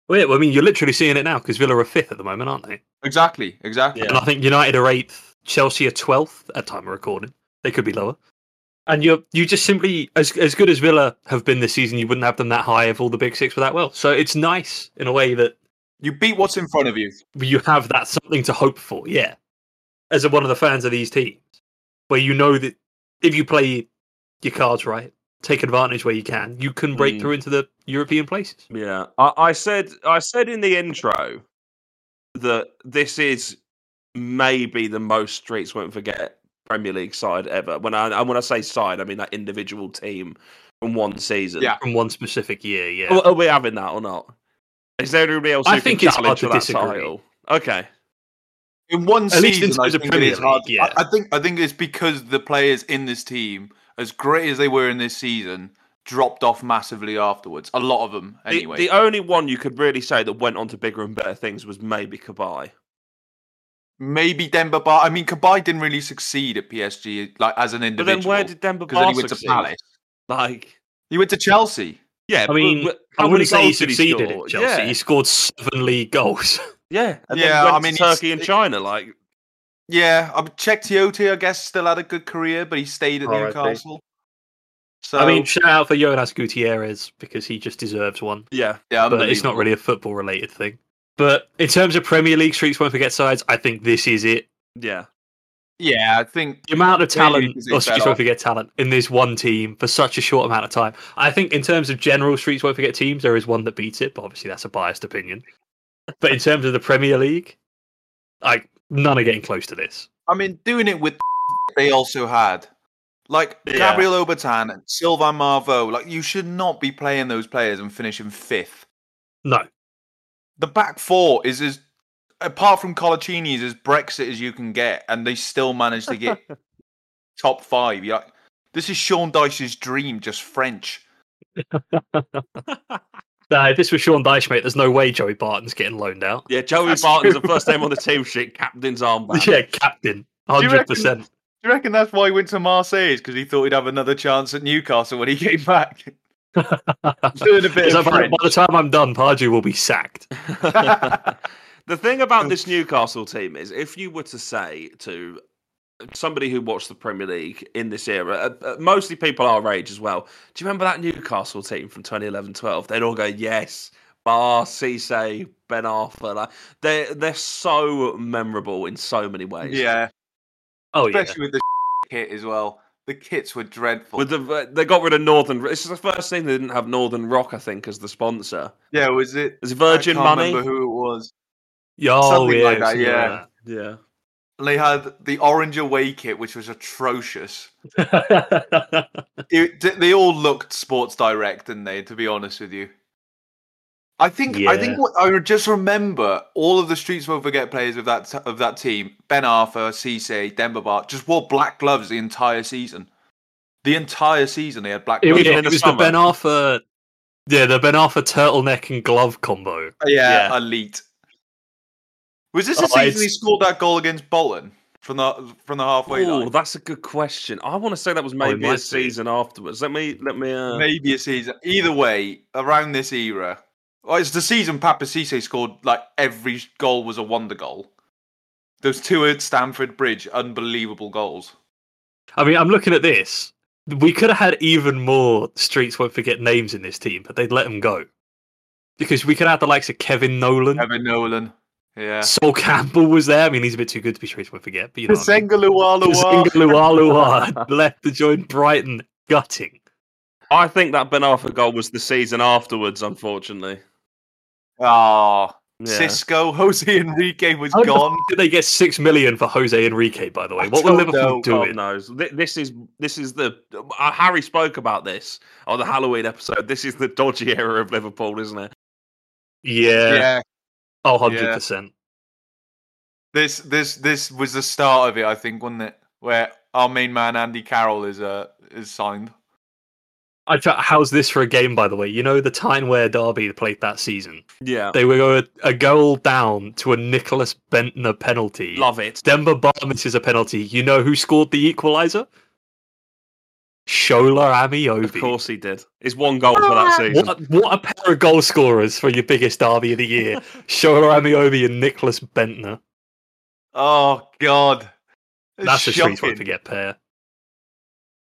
[SPEAKER 6] Well, yeah, well, I mean, you're literally seeing it now because Villa are fifth at the moment, aren't they?
[SPEAKER 5] Exactly, exactly.
[SPEAKER 6] And I think United are eighth, Chelsea are twelfth at time of recording. They could be lower. And you are you just simply as as good as Villa have been this season, you wouldn't have them that high if all the big six were that well. So it's nice in a way that
[SPEAKER 5] You beat what's in front of you.
[SPEAKER 6] you have that something to hope for. Yeah, as a, one of the fans of these teams, where you know that if you play your cards right, take advantage where you can, you can break
[SPEAKER 4] Mm.
[SPEAKER 6] through into the European places.
[SPEAKER 4] yeah. I, I said I said in the intro that this is maybe the most streets won't forget Premier League side ever. When I and when I say side, I mean that individual team from one season.
[SPEAKER 5] Yeah.
[SPEAKER 6] from one specific year. Yeah,
[SPEAKER 4] Are, are we having that or not? Is there anybody else?
[SPEAKER 6] I
[SPEAKER 4] who
[SPEAKER 6] think
[SPEAKER 4] can
[SPEAKER 6] it's hard
[SPEAKER 4] challenge
[SPEAKER 6] to
[SPEAKER 4] for that
[SPEAKER 6] disagree.
[SPEAKER 4] title? Okay.
[SPEAKER 5] In one
[SPEAKER 6] At
[SPEAKER 5] season,
[SPEAKER 6] least in terms
[SPEAKER 5] I
[SPEAKER 6] of
[SPEAKER 5] think
[SPEAKER 6] Premier
[SPEAKER 5] it is hard.
[SPEAKER 6] League, yeah.
[SPEAKER 5] I, I think I think it's because the players in this team, as great as they were in this season, dropped off massively afterwards. A lot of them,
[SPEAKER 4] The-
[SPEAKER 5] anyway.
[SPEAKER 4] The, only one you could really say that went on to bigger and better things was maybe Kabai.
[SPEAKER 5] Maybe Denver Bar. I mean, Kabay didn't really succeed at PSG, like as an
[SPEAKER 4] But
[SPEAKER 5] individual.
[SPEAKER 4] then where did Denver
[SPEAKER 5] because then
[SPEAKER 4] Bar
[SPEAKER 5] he went
[SPEAKER 4] succeed?
[SPEAKER 5] to Palace.
[SPEAKER 4] Like,
[SPEAKER 5] He went to Chelsea.
[SPEAKER 4] yeah, but-
[SPEAKER 6] mean,
[SPEAKER 4] but
[SPEAKER 6] I
[SPEAKER 4] how many
[SPEAKER 6] wouldn't say he
[SPEAKER 4] goals did
[SPEAKER 6] succeeded
[SPEAKER 4] score?
[SPEAKER 6] at Chelsea.
[SPEAKER 4] Yeah,
[SPEAKER 6] He scored seven league goals.
[SPEAKER 4] yeah, and
[SPEAKER 5] Yeah,
[SPEAKER 4] Then went
[SPEAKER 5] I
[SPEAKER 4] to
[SPEAKER 5] mean, he's-
[SPEAKER 4] Turkey and China. Like,
[SPEAKER 5] Yeah, I checked Tiote, I guess, still had a good career, but he stayed at
[SPEAKER 6] R.I.P.
[SPEAKER 5] Newcastle. So
[SPEAKER 6] I mean, shout out for Jonas Gutierrez because he just deserves one.
[SPEAKER 4] yeah,
[SPEAKER 5] yeah,
[SPEAKER 6] But it's not
[SPEAKER 5] unbelievable.
[SPEAKER 6] really a football related thing. But in terms of Premier League streaks won't forget sides, I think this is it.
[SPEAKER 4] yeah,
[SPEAKER 5] Yeah, I think
[SPEAKER 6] The amount of
[SPEAKER 5] Premier League
[SPEAKER 6] talent,
[SPEAKER 5] is
[SPEAKER 6] or
[SPEAKER 5] it
[SPEAKER 6] Streets
[SPEAKER 5] better?
[SPEAKER 6] Won't Forget talent, in this one team for such a short amount of time. I think in terms of general Streets Won't Forget teams, there is one that beats it, but obviously that's a biased opinion. But in terms of the Premier League, like none are getting close to this.
[SPEAKER 5] I mean, doing it with they also had. Like
[SPEAKER 4] Yeah.
[SPEAKER 5] Gabriel Obertan and Sylvain Marvo, like you should not be playing those players and finishing fifth.
[SPEAKER 6] No,
[SPEAKER 5] The back four is as apart from Colaccini's as Brexit as you can get, and they still managed to get top five. You're like, this is Sean Dyche's dream, just French.
[SPEAKER 6] Nah, if this was Sean Dyche, mate, there's no way Joey Barton's getting loaned out.
[SPEAKER 4] yeah. Joey
[SPEAKER 6] That's
[SPEAKER 4] Barton's
[SPEAKER 6] true.
[SPEAKER 4] the first name on the team sheet, captain's armband.
[SPEAKER 6] Yeah, captain,
[SPEAKER 5] you
[SPEAKER 6] hundred
[SPEAKER 5] reckon-
[SPEAKER 6] percent.
[SPEAKER 5] Do you reckon that's why he went to Marseille? Because he thought he'd have another chance at Newcastle when he came back. Learn a bit
[SPEAKER 6] By,
[SPEAKER 5] of French.
[SPEAKER 6] by the time I'm done, Pardew will be sacked.
[SPEAKER 4] the thing about this Newcastle team is, if you were to say to somebody who watched the Premier League in this era, uh, uh, mostly people our age as well, do you remember that Newcastle team from 2011 12? They'd all go, yes. Bar, Cisse, Ben Arthur. Like, they're, they're so memorable in so many ways.
[SPEAKER 5] Yeah,
[SPEAKER 6] Oh yeah,
[SPEAKER 5] especially with the kit as well. The kits were dreadful.
[SPEAKER 4] With the, uh, they got rid of Northern. This is the first thing they didn't have Northern Rock, I think, as the sponsor.
[SPEAKER 5] yeah, was it
[SPEAKER 4] Is
[SPEAKER 5] I
[SPEAKER 4] Virgin
[SPEAKER 5] can't
[SPEAKER 4] Money?
[SPEAKER 5] Remember who it was?
[SPEAKER 6] yeah, oh,
[SPEAKER 5] Something like
[SPEAKER 6] yeah,
[SPEAKER 5] that, yeah.
[SPEAKER 4] Yeah.
[SPEAKER 5] And They had the orange away kit, which was atrocious.
[SPEAKER 6] something like that.
[SPEAKER 5] It, d- they all looked Sports Direct, didn't they? To be honest with you, I think I
[SPEAKER 6] Yeah.
[SPEAKER 5] think what, I just remember all of the Streets Won't Forget players of that t- of that team: Ben Arthur, Cisse, Denver Bart, just wore black gloves the entire season. The entire season they had black
[SPEAKER 6] It
[SPEAKER 5] gloves.
[SPEAKER 6] was,
[SPEAKER 4] Even in
[SPEAKER 6] it
[SPEAKER 4] the
[SPEAKER 6] was the
[SPEAKER 4] summer.
[SPEAKER 6] Ben Arthur, yeah, the Ben Arthur turtleneck and glove combo.
[SPEAKER 5] yeah, elite. Was this the
[SPEAKER 6] Oh,
[SPEAKER 5] season
[SPEAKER 6] it's-
[SPEAKER 5] he scored that goal against Bolton from the from the halfway line?
[SPEAKER 4] Oh, that's a good question. I want to say that was maybe
[SPEAKER 6] Oh, might
[SPEAKER 4] a
[SPEAKER 6] be.
[SPEAKER 4] season afterwards. Let me let me. Uh,
[SPEAKER 5] maybe a season. Either way, around this era, well, it's the season Papa Cisse scored. Like every goal was a wonder goal. Those two at Stamford Bridge, unbelievable goals.
[SPEAKER 6] I mean, I'm looking at this. We could have had even more streets won't forget names in this team, but they'd let them go because we could have the likes of Kevin Nolan.
[SPEAKER 5] Evan Nolan, yeah.
[SPEAKER 6] Sol Campbell was there. I mean, he's a bit too good to be streets won't forget, but you know, what I mean.
[SPEAKER 5] Sengalualuwa.
[SPEAKER 6] Kasenga Lualua left to join Brighton, gutting.
[SPEAKER 4] I think that Ben Arthur goal was the season afterwards. Unfortunately,
[SPEAKER 5] Ah,
[SPEAKER 4] yeah.
[SPEAKER 5] Cisco, Jose Enrique was
[SPEAKER 6] How the
[SPEAKER 5] gone.
[SPEAKER 6] f- Did they get six million for Jose Enrique? By the way,
[SPEAKER 5] I
[SPEAKER 6] what were
[SPEAKER 5] don't
[SPEAKER 6] Liverpool
[SPEAKER 5] know.
[SPEAKER 4] God
[SPEAKER 6] doing?
[SPEAKER 4] knows. Th- This is this is the uh, Harry spoke about this on the Halloween episode. This is the dodgy era of Liverpool, isn't it?
[SPEAKER 6] Yeah, oh, 100 percent.
[SPEAKER 5] This this this was the start of it, I think, wasn't it? Where our main man Andy Carroll is uh is signed.
[SPEAKER 6] I try, how's this for a game? By the way, you know the time where Derby played that season.
[SPEAKER 4] Yeah,
[SPEAKER 6] They were a, a goal down to a Nicholas Bentner penalty.
[SPEAKER 4] love it.
[SPEAKER 6] Denver Bar misses a penalty. You know who scored the equaliser? Shola Amiobi.
[SPEAKER 4] Of course he did. It's one goal for that season.
[SPEAKER 6] What, what a pair of goal scorers for your biggest derby of the year. Shola Amiobi and Nicholas Bentner.
[SPEAKER 5] Oh God, It's
[SPEAKER 6] That's a street one
[SPEAKER 5] shocking.
[SPEAKER 6] forget pair.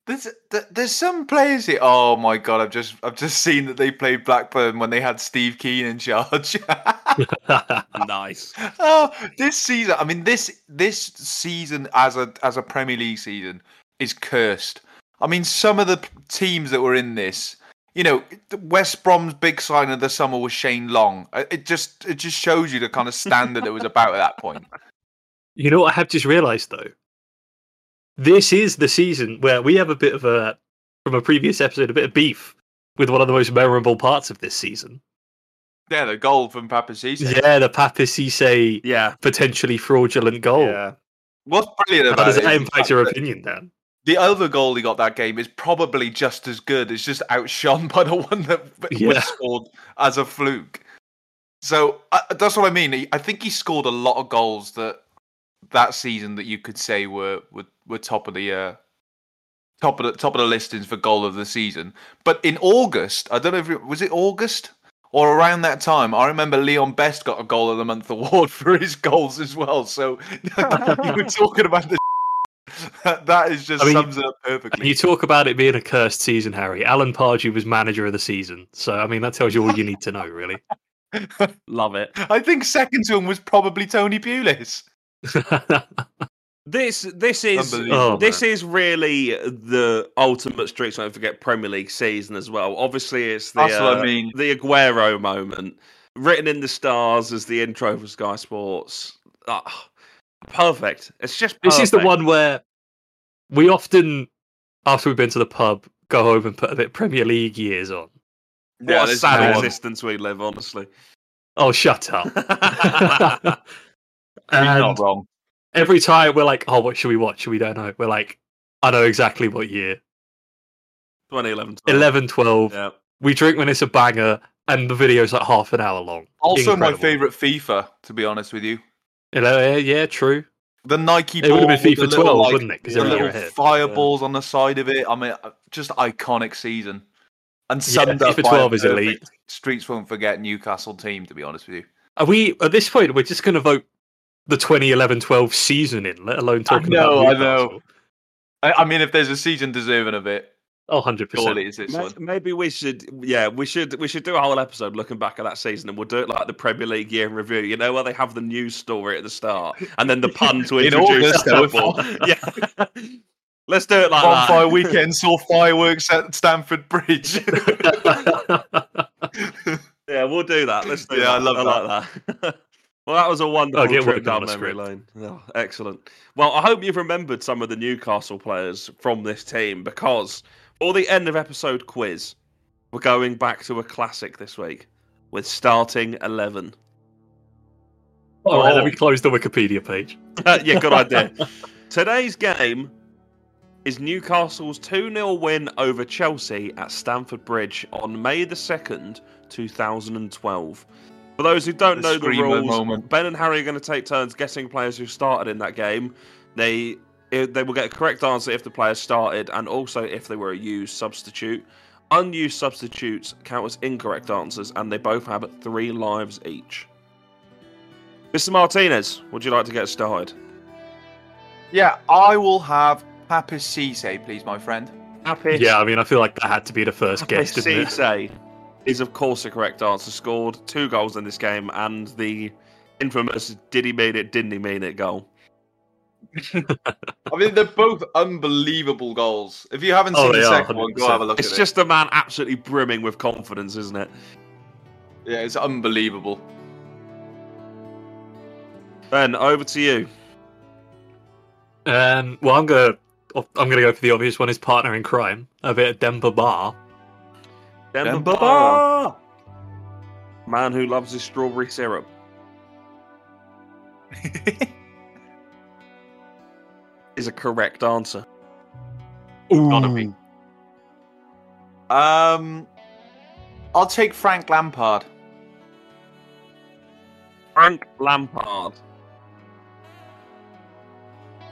[SPEAKER 5] There's th- there's some players here. Oh my god, I've just I've just seen that they played Blackburn when they had Steve Keane in charge.
[SPEAKER 4] Nice.
[SPEAKER 5] oh, this season, I mean this this season as a as a Premier League season is cursed. I mean, some of the p- teams that were in this, you know, th- West Brom's big sign of the summer was Shane Long. I- It just it just shows you the kind of standard it was about at that point.
[SPEAKER 6] you know what I have just realised though? this is the season where we have a bit of a from a previous episode, a bit of beef with one of the most memorable parts of this season.
[SPEAKER 5] Yeah, the goal from Papasisi.
[SPEAKER 6] Yeah, the Papasise
[SPEAKER 4] Yeah.
[SPEAKER 6] potentially fraudulent goal.
[SPEAKER 5] What's brilliant
[SPEAKER 6] How
[SPEAKER 5] about
[SPEAKER 6] does
[SPEAKER 5] it
[SPEAKER 6] that
[SPEAKER 5] is the
[SPEAKER 6] impact
[SPEAKER 5] fact
[SPEAKER 6] your
[SPEAKER 5] that
[SPEAKER 6] opinion, Dan?
[SPEAKER 5] The other goal he got that game is probably just as good. It's just outshone by the one that
[SPEAKER 6] Yeah.
[SPEAKER 5] was scored as a fluke. So uh, that's what I mean. He- I think he scored a lot of goals that that season that you could say were were, were top of the uh, top of the top of the listings for goal of the season. But in August, I don't know if it was it August or around that time. I remember Leon Best got a goal of the month award for his goals as well. So you were talking about the. That, that is just
[SPEAKER 6] I mean,
[SPEAKER 5] sums it up
[SPEAKER 6] And
[SPEAKER 5] perfectly.
[SPEAKER 6] you talk about it being a cursed season, Harry. Alan Pardew was manager of the season, so I mean that tells you all you need to know, really.
[SPEAKER 4] Love it.
[SPEAKER 5] I think second to him was probably Tony Pulis. Oh,
[SPEAKER 4] This this is
[SPEAKER 5] Unbelievable,
[SPEAKER 6] Oh,
[SPEAKER 4] this is really the ultimate streets. Don't forget Premier League season as well. Obviously, it's the
[SPEAKER 5] That's what I
[SPEAKER 4] uh,
[SPEAKER 5] mean.
[SPEAKER 4] the Aguero moment, written in the stars as the intro for Sky Sports. Ah, perfect. It's just
[SPEAKER 6] This is the
[SPEAKER 4] perfect.
[SPEAKER 6] one where we often, after we've been to the pub, go home and put a bit of Premier League years on.
[SPEAKER 4] What
[SPEAKER 5] Yeah,
[SPEAKER 4] a
[SPEAKER 5] there's
[SPEAKER 4] sad
[SPEAKER 5] no one.
[SPEAKER 4] existence we live, honestly.
[SPEAKER 6] Oh, shut up.
[SPEAKER 5] You're
[SPEAKER 6] and
[SPEAKER 5] not wrong.
[SPEAKER 6] every time we're like, oh, what should we watch? We don't know. We're like, I know exactly what year.
[SPEAKER 4] 2011.
[SPEAKER 6] 11, 12.
[SPEAKER 4] Yeah.
[SPEAKER 6] We drink when it's a banger, and the video's like half an hour long.
[SPEAKER 5] Also,
[SPEAKER 6] Incredible.
[SPEAKER 5] my favorite FIFA, to be honest with you,
[SPEAKER 6] You know, yeah, uh, yeah, true.
[SPEAKER 5] the Nike.
[SPEAKER 6] It would have been
[SPEAKER 5] ball with the
[SPEAKER 6] FIFA
[SPEAKER 5] little,
[SPEAKER 6] 12,
[SPEAKER 5] like,
[SPEAKER 6] wouldn't it? 'Cause
[SPEAKER 5] The
[SPEAKER 6] they're a year
[SPEAKER 5] little
[SPEAKER 6] ahead.
[SPEAKER 5] fireballs on the side of it. I mean, uh, just iconic season. And
[SPEAKER 6] Yeah,
[SPEAKER 5] summed up
[SPEAKER 6] FIFA
[SPEAKER 5] by a
[SPEAKER 6] 12 is
[SPEAKER 5] perfect
[SPEAKER 6] elite.
[SPEAKER 5] Streets won't forget Newcastle team. To be honest with you,
[SPEAKER 6] Are we, at this point, we're just going to vote the 2011 12 season in, let alone talking
[SPEAKER 5] know,
[SPEAKER 6] about
[SPEAKER 5] I know.
[SPEAKER 6] Newcastle.
[SPEAKER 5] I, I mean, if there's a season deserving of it,
[SPEAKER 6] Oh, 100%.
[SPEAKER 5] surely it's this
[SPEAKER 4] May-
[SPEAKER 5] one.
[SPEAKER 4] Maybe we should, yeah, we should, we should do a whole episode looking back at that season, and we'll do it like the Premier League year in review. You know where they have the news story at the start, and then the pun to
[SPEAKER 5] In
[SPEAKER 4] introduce
[SPEAKER 5] August, though.
[SPEAKER 4] the football. yeah, let's do it like
[SPEAKER 5] Bonfire
[SPEAKER 4] that.
[SPEAKER 5] weekend saw fireworks at Stamford Bridge.
[SPEAKER 4] Yeah, we'll do that. Let's do
[SPEAKER 5] Yeah,
[SPEAKER 4] that.
[SPEAKER 5] I love
[SPEAKER 4] like that. well, that was a wonderful
[SPEAKER 6] get
[SPEAKER 4] trip
[SPEAKER 6] working on
[SPEAKER 4] down
[SPEAKER 6] a
[SPEAKER 4] memory
[SPEAKER 6] script.
[SPEAKER 4] lane. Yeah, excellent. Well, I hope you've remembered some of the Newcastle players from this team because for the end of episode quiz, we're going back to a classic this week with starting eleven.
[SPEAKER 6] All right, let
[SPEAKER 4] Oh.
[SPEAKER 6] me close the Wikipedia page.
[SPEAKER 4] yeah, good idea. Today's game is Newcastle's 2 0 win over Chelsea at Stamford Bridge on May the 2nd, 2012. For those who don't
[SPEAKER 5] The
[SPEAKER 4] know the
[SPEAKER 5] screamer
[SPEAKER 4] rules,
[SPEAKER 5] moment.
[SPEAKER 4] Ben and Harry are going to take turns guessing players who started in that game. They eh, they will get a correct answer if the player started and also if they were a used substitute. Unused substitutes count as incorrect answers, and they both have three lives each. Mr. Martinez, would you like to get started?
[SPEAKER 5] yeah, I will have Papas Cisse, please, my friend.
[SPEAKER 4] Happy.
[SPEAKER 6] Yeah, I mean, I feel like that had to be the first guess, didn't it?
[SPEAKER 4] Cisse is of course the correct answer. Scored two goals in this game, and the infamous "Did he mean it? Didn't he mean it?" goal.
[SPEAKER 5] I mean, they're both unbelievable goals. If you haven't
[SPEAKER 6] Oh,
[SPEAKER 5] seen
[SPEAKER 6] they
[SPEAKER 5] the
[SPEAKER 6] are,
[SPEAKER 5] second one, go
[SPEAKER 6] 100%.
[SPEAKER 5] have a look
[SPEAKER 4] It's
[SPEAKER 5] at
[SPEAKER 4] just a man absolutely brimming with confidence, isn't it?
[SPEAKER 5] it. Yeah, it's unbelievable.
[SPEAKER 4] Ben, over to you.
[SPEAKER 6] Um, well, I'm gonna, I'm gonna go for the obvious one. His partner in crime, a bit of Denver Bar.
[SPEAKER 5] Demba
[SPEAKER 4] Ba. Man who loves his strawberry syrup. is a correct answer.
[SPEAKER 5] Gotta be. Um, I'll take Frank Lampard.
[SPEAKER 4] Frank Lampard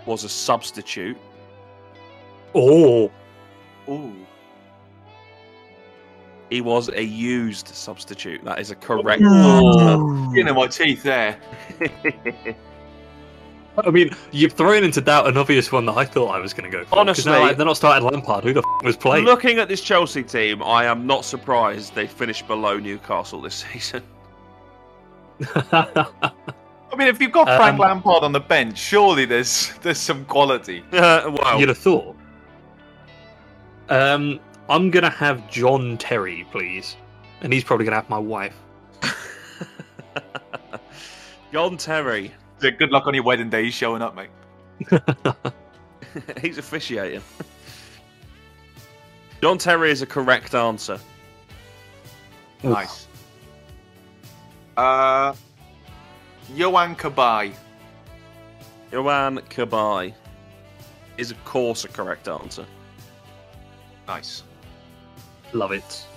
[SPEAKER 4] was a substitute.
[SPEAKER 6] Oh,
[SPEAKER 5] Ooh.
[SPEAKER 4] He was a used substitute. That is a correct answer.
[SPEAKER 5] You know my teeth there.
[SPEAKER 6] I mean, you've thrown into doubt an obvious one that I thought I was gonna go for. 'cause
[SPEAKER 4] Honestly-
[SPEAKER 6] now, like, they're not starting Lampard. Who the f- was playing?
[SPEAKER 4] Looking at this Chelsea team, I am not surprised they finished below Newcastle this season.
[SPEAKER 5] I mean, if you've got
[SPEAKER 6] Um,
[SPEAKER 5] Frank Lampard on the bench, surely there's there's some quality.
[SPEAKER 4] Uh, wow.
[SPEAKER 6] You'd have thought. Um, I'm gonna have John Terry, please, and he's probably gonna have my wife.
[SPEAKER 4] John Terry
[SPEAKER 5] Yeah, good luck on your wedding day. He's showing up, mate.
[SPEAKER 4] He's officiating. John Terry is a correct answer.
[SPEAKER 5] Nice. Uh, Johan Kabay.
[SPEAKER 4] Iran Kabai is, of course, a correct answer.
[SPEAKER 5] Nice.
[SPEAKER 6] Love it.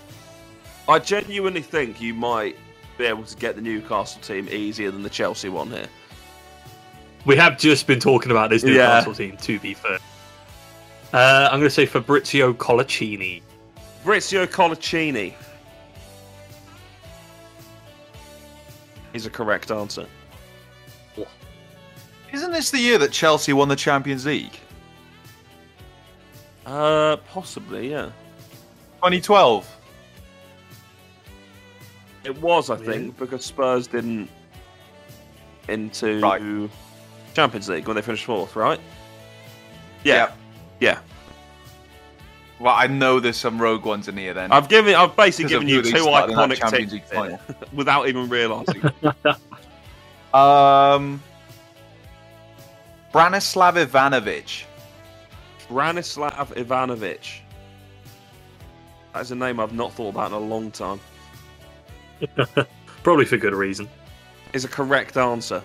[SPEAKER 4] I genuinely think you might be able to get the Newcastle team easier than the Chelsea one here.
[SPEAKER 6] We have just been talking about this
[SPEAKER 4] Yeah.
[SPEAKER 6] Newcastle team, to be fair. Uh, I'm going to say Fabrizio Colaccini.
[SPEAKER 4] Rizzio Colaccini is a correct answer.
[SPEAKER 5] Isn't this the year that Chelsea won the Champions League?
[SPEAKER 4] Uh, possibly, yeah.
[SPEAKER 5] 2012.
[SPEAKER 4] It was, I
[SPEAKER 6] Really?
[SPEAKER 4] think, because Spurs didn't into
[SPEAKER 5] Right.
[SPEAKER 4] Champions League when they finished fourth, right? Yeah, yeah.
[SPEAKER 5] Well, I know there's some rogue ones in here then.
[SPEAKER 4] I've given, I've basically
[SPEAKER 5] 'Cause
[SPEAKER 4] given
[SPEAKER 5] of
[SPEAKER 4] you
[SPEAKER 5] who
[SPEAKER 4] two
[SPEAKER 5] they started in that
[SPEAKER 4] iconic
[SPEAKER 5] Champions
[SPEAKER 4] teams
[SPEAKER 5] League
[SPEAKER 4] here without even realising.
[SPEAKER 5] Um, Branislav Ivanovic.
[SPEAKER 4] Branislav Ivanovic. That is a name I've not thought about in a long time.
[SPEAKER 6] Probably for good reason.
[SPEAKER 4] Is a correct answer.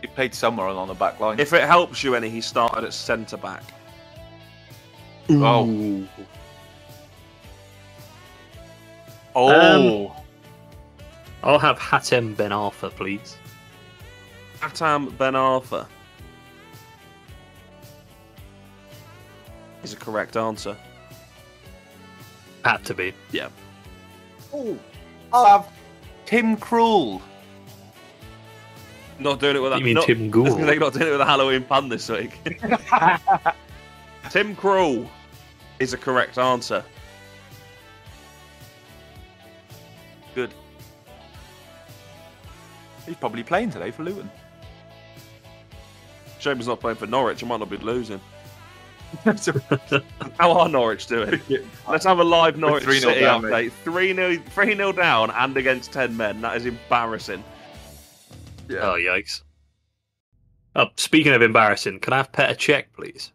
[SPEAKER 5] He played somewhere along the back line.
[SPEAKER 4] If it helps you any, he started at centre back.
[SPEAKER 5] Oh.
[SPEAKER 6] Ooh.
[SPEAKER 5] Oh.
[SPEAKER 6] Um, I'll have Hatem Ben Arfa, please.
[SPEAKER 4] Atam Ben Arfa is a correct answer.
[SPEAKER 6] Had to be.
[SPEAKER 4] Yeah.
[SPEAKER 5] I'll have Tim Krul.
[SPEAKER 4] Not doing it with that.
[SPEAKER 6] You mean
[SPEAKER 4] not,
[SPEAKER 6] Tim
[SPEAKER 4] I was gonna say,
[SPEAKER 6] Gould?
[SPEAKER 4] not doing it with a Halloween pun this week. Tim Krul is a correct answer. Good.
[SPEAKER 5] He's probably playing today for Luton.
[SPEAKER 4] Shame he's not playing for Norwich. I might not be losing.
[SPEAKER 5] That's
[SPEAKER 4] How are Norwich doing? Let's have a live Norwich
[SPEAKER 5] 3-0
[SPEAKER 4] City
[SPEAKER 5] down,
[SPEAKER 4] update. 3 0 3 0 down and against 10 men. That is embarrassing.
[SPEAKER 6] Oh, yikes. Oh, speaking of embarrassing, can I have Petr Cech, please?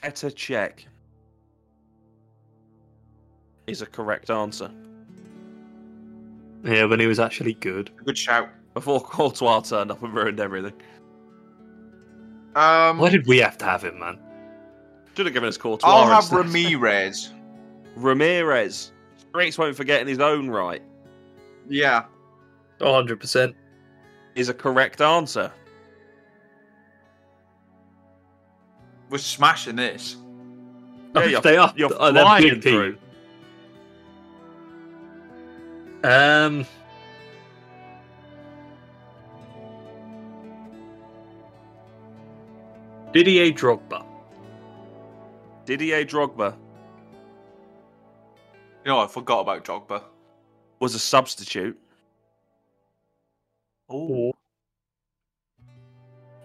[SPEAKER 4] Better check is a correct answer.
[SPEAKER 6] Yeah, when he was actually good.
[SPEAKER 5] a good shout.
[SPEAKER 4] Before Courtois turned up and ruined everything.
[SPEAKER 5] Um,
[SPEAKER 6] Why did we have to have him, man?
[SPEAKER 4] Should have given us Courtois.
[SPEAKER 5] I'll have
[SPEAKER 4] instead.
[SPEAKER 5] Ramirez.
[SPEAKER 4] Ramirez. Streets won't forget in his own right
[SPEAKER 5] yeah.
[SPEAKER 6] 100%.
[SPEAKER 4] is a correct answer.
[SPEAKER 5] We're smashing this.
[SPEAKER 4] Yeah, you're-
[SPEAKER 6] they are.
[SPEAKER 4] you're
[SPEAKER 6] oh, they're
[SPEAKER 4] flying
[SPEAKER 6] big team. Um, Didier Drogba.
[SPEAKER 4] Didier Drogba
[SPEAKER 5] You know, I forgot about Drogba.
[SPEAKER 4] was a substitute.
[SPEAKER 6] Oh,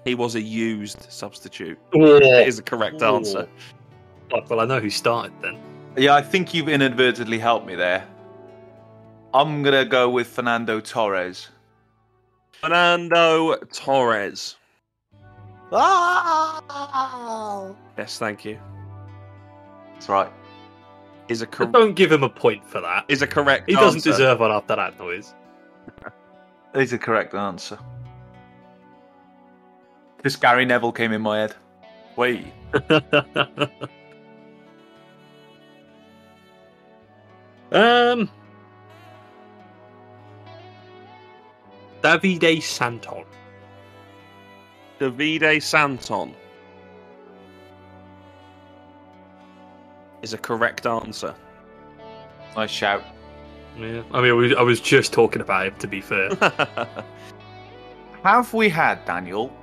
[SPEAKER 4] He was a used substitute. That
[SPEAKER 6] oh.
[SPEAKER 4] is the correct answer.
[SPEAKER 6] well, I know who started then.
[SPEAKER 5] Yeah, I think you've inadvertently helped me there. I'm gonna go with Fernando Torres.
[SPEAKER 4] Fernando Torres. Yes, thank you.
[SPEAKER 5] That's right.
[SPEAKER 4] Is a
[SPEAKER 6] But
[SPEAKER 4] cor-
[SPEAKER 6] don't give him a point for that.
[SPEAKER 4] is a correct.
[SPEAKER 6] He doesn't
[SPEAKER 4] answer.
[SPEAKER 6] deserve one after that noise.
[SPEAKER 5] Is the correct answer. This Gary Neville came in my head. Wait.
[SPEAKER 6] um, Davide Santon.
[SPEAKER 4] Davide Santon is a correct answer.
[SPEAKER 5] Nice shout.
[SPEAKER 6] Yeah, I mean, we, I was just talking about him. To be fair,
[SPEAKER 5] Have we had Daniel?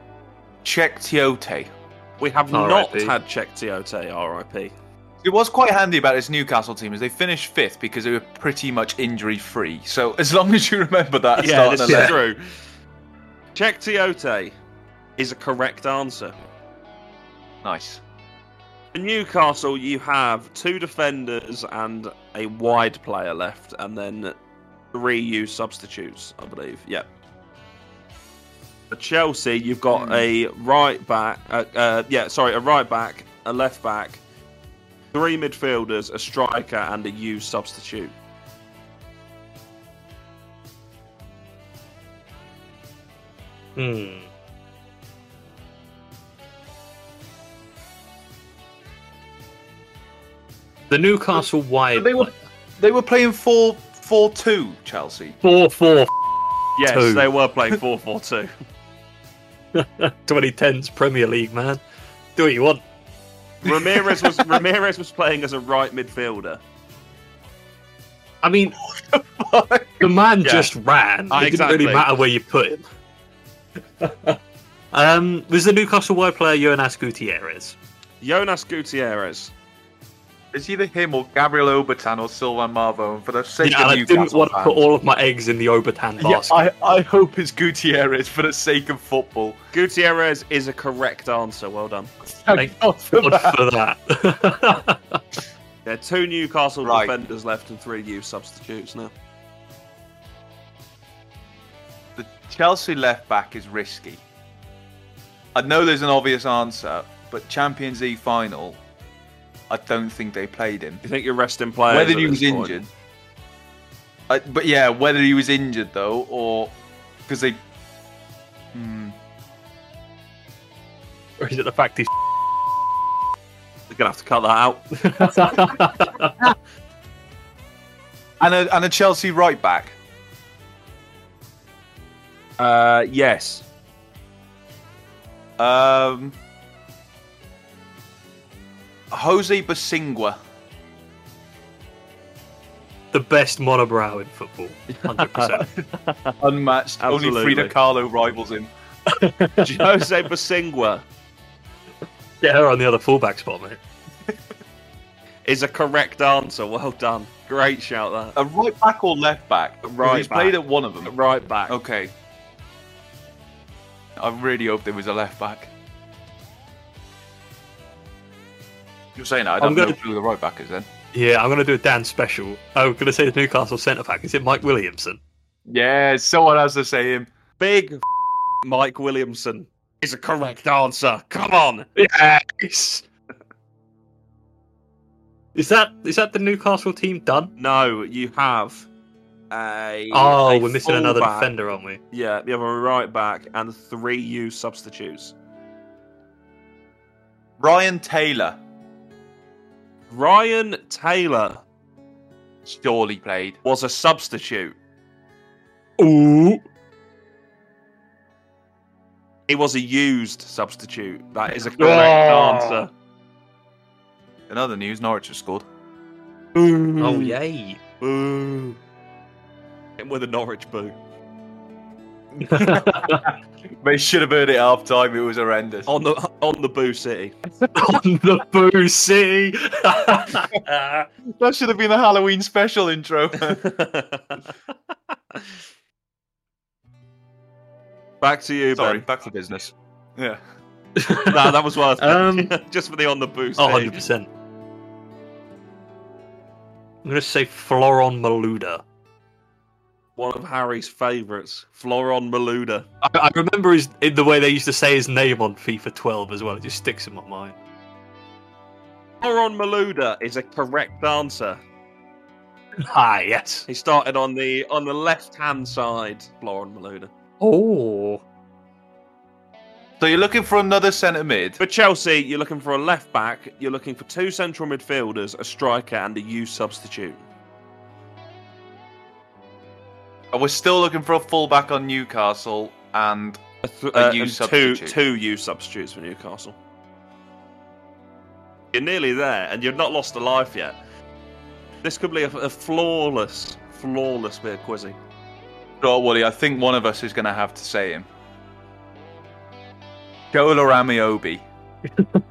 [SPEAKER 5] Check Tiote.
[SPEAKER 4] we have not
[SPEAKER 6] R.I.P..
[SPEAKER 4] had Czech Tiote, RIP.
[SPEAKER 5] It was quite handy about this Newcastle team is they finished fifth because they were pretty much injury free. So as long as you remember that,
[SPEAKER 4] yeah,
[SPEAKER 5] starting
[SPEAKER 4] this
[SPEAKER 5] eleven.
[SPEAKER 4] is true. Czech Tiote is a correct answer.
[SPEAKER 5] nice.
[SPEAKER 4] For Newcastle, you have two defenders and a wide player left, and then three U substitutes, I believe. Yeah. For Chelsea, you've got a right back. Uh, uh, yeah, sorry, a right back, a left back, three midfielders, a striker, and a U substitute.
[SPEAKER 6] Hmm. The Newcastle wide
[SPEAKER 5] They were they were playing 4 4 2, Chelsea.
[SPEAKER 6] four four
[SPEAKER 4] Yes,
[SPEAKER 6] Two.
[SPEAKER 4] they were playing 4 4 2.
[SPEAKER 6] 2010's Premier League man. Do what you want.
[SPEAKER 4] Ramirez was Ramirez was playing as a right midfielder.
[SPEAKER 6] I mean, the man
[SPEAKER 4] Yeah.
[SPEAKER 6] just ran.
[SPEAKER 4] Ah,
[SPEAKER 6] it didn't
[SPEAKER 4] exactly.
[SPEAKER 6] really matter where you put him. um, was the Newcastle wide player Jonas Gutierrez?
[SPEAKER 4] Jonas Gutierrez.
[SPEAKER 5] It's either him or Gabriel Obertan or Sylvain Marvon for the sake
[SPEAKER 6] Yeah, and
[SPEAKER 5] of
[SPEAKER 6] I didn't
[SPEAKER 5] Newcastle
[SPEAKER 6] want to
[SPEAKER 5] fans.
[SPEAKER 6] put all of my eggs in the Obertan
[SPEAKER 5] yeah,
[SPEAKER 6] basket.
[SPEAKER 5] I, I hope it's Gutierrez for the sake of football.
[SPEAKER 4] Gutierrez is a correct answer. Well done.
[SPEAKER 6] Thank
[SPEAKER 5] God for
[SPEAKER 6] God
[SPEAKER 5] that.
[SPEAKER 6] for that.
[SPEAKER 4] There are two Newcastle
[SPEAKER 5] Right.
[SPEAKER 4] defenders left and three new substitutes now.
[SPEAKER 5] The Chelsea left back is risky. I know there's an obvious answer, but Champions League final, I don't think they played him.
[SPEAKER 4] You think you're resting players?
[SPEAKER 5] whether
[SPEAKER 4] at
[SPEAKER 5] he
[SPEAKER 4] this
[SPEAKER 5] was
[SPEAKER 4] point?
[SPEAKER 5] injured. Uh, but yeah, whether he was injured though, or because they, Hmm.
[SPEAKER 6] or is it the fact he's?
[SPEAKER 4] They're gonna have to cut that out.
[SPEAKER 5] and a and a Chelsea right back.
[SPEAKER 4] Uh, yes.
[SPEAKER 5] Um, Jose Basingua.
[SPEAKER 6] the best monobrow in football. 100%.
[SPEAKER 5] Unmatched. Only
[SPEAKER 4] Absolutely.
[SPEAKER 5] Frida Kahlo rivals him.
[SPEAKER 4] Jose Basingua
[SPEAKER 6] Get her on the other fullback spot, mate.
[SPEAKER 4] is a correct answer. Well done. Great shout that.
[SPEAKER 5] A right back or left back? 'Cause
[SPEAKER 4] Right
[SPEAKER 5] He's played
[SPEAKER 4] back.
[SPEAKER 5] at one of them.
[SPEAKER 4] Right back.
[SPEAKER 5] Okay. I really hope there was a left back. You're saying that I
[SPEAKER 6] I'm
[SPEAKER 5] don't know
[SPEAKER 6] gonna-
[SPEAKER 5] who the right back is then.
[SPEAKER 6] Yeah, I'm going to do a Dan special. I'm going to say the Newcastle centre back. Is it Mike Williamson?
[SPEAKER 5] Yeah, someone has to say him.
[SPEAKER 4] Big Mike Williamson is a correct answer. Come on.
[SPEAKER 6] Yes. Is that is that the Newcastle team done?
[SPEAKER 4] No, you have a.
[SPEAKER 6] Oh,
[SPEAKER 4] a
[SPEAKER 6] we're missing another
[SPEAKER 4] fullback.
[SPEAKER 6] defender, aren't we?
[SPEAKER 4] Yeah, the other right back and three U substitutes.
[SPEAKER 5] Ryan Taylor
[SPEAKER 4] Ryan Taylor
[SPEAKER 5] surely played.
[SPEAKER 4] was a substitute.
[SPEAKER 6] Ooh.
[SPEAKER 4] He was a used substitute. That is a correct
[SPEAKER 6] Oh.
[SPEAKER 4] answer.
[SPEAKER 5] In other news, Norwich have scored.
[SPEAKER 6] Oh yay.
[SPEAKER 4] Boo. And with a Norwich boo.
[SPEAKER 5] They should have heard it half time. It was horrendous.
[SPEAKER 4] On the on the boo city.
[SPEAKER 6] On the boo sea.
[SPEAKER 5] that should have been a Halloween special intro.
[SPEAKER 4] Back to you,
[SPEAKER 5] Sorry,
[SPEAKER 4] Ben.
[SPEAKER 5] back to business. Yeah.
[SPEAKER 4] No, that was worth it.
[SPEAKER 6] Um,
[SPEAKER 4] Just for the on the boo
[SPEAKER 6] Oh,
[SPEAKER 4] city.
[SPEAKER 6] 100%. I'm going to say Floron Maluda.
[SPEAKER 4] One of Harry's favourites, Floron Maluda.
[SPEAKER 6] I, I remember his, in the way they used to say his name on FIFA 12 as well. It just sticks in my mind.
[SPEAKER 4] Floron Maluda is a correct answer.
[SPEAKER 6] Ah, yes.
[SPEAKER 4] He started on the on the left hand side, Floron Maluda.
[SPEAKER 6] Oh.
[SPEAKER 5] So you're looking for another centre mid.
[SPEAKER 4] For Chelsea, you're looking for a left back, you're looking for two central midfielders, a striker, and a U substitute.
[SPEAKER 5] And We're still looking for a fullback on Newcastle, and
[SPEAKER 4] A th-
[SPEAKER 5] A
[SPEAKER 4] uh,
[SPEAKER 5] U
[SPEAKER 4] and two
[SPEAKER 5] substitute.
[SPEAKER 4] two U substitutes for Newcastle. You're nearly there, and you've not lost a life yet. This could be a, a flawless, flawless bit of quizzing.
[SPEAKER 5] oh, Wally, I think one of us is going to have to say him. Joel Obi.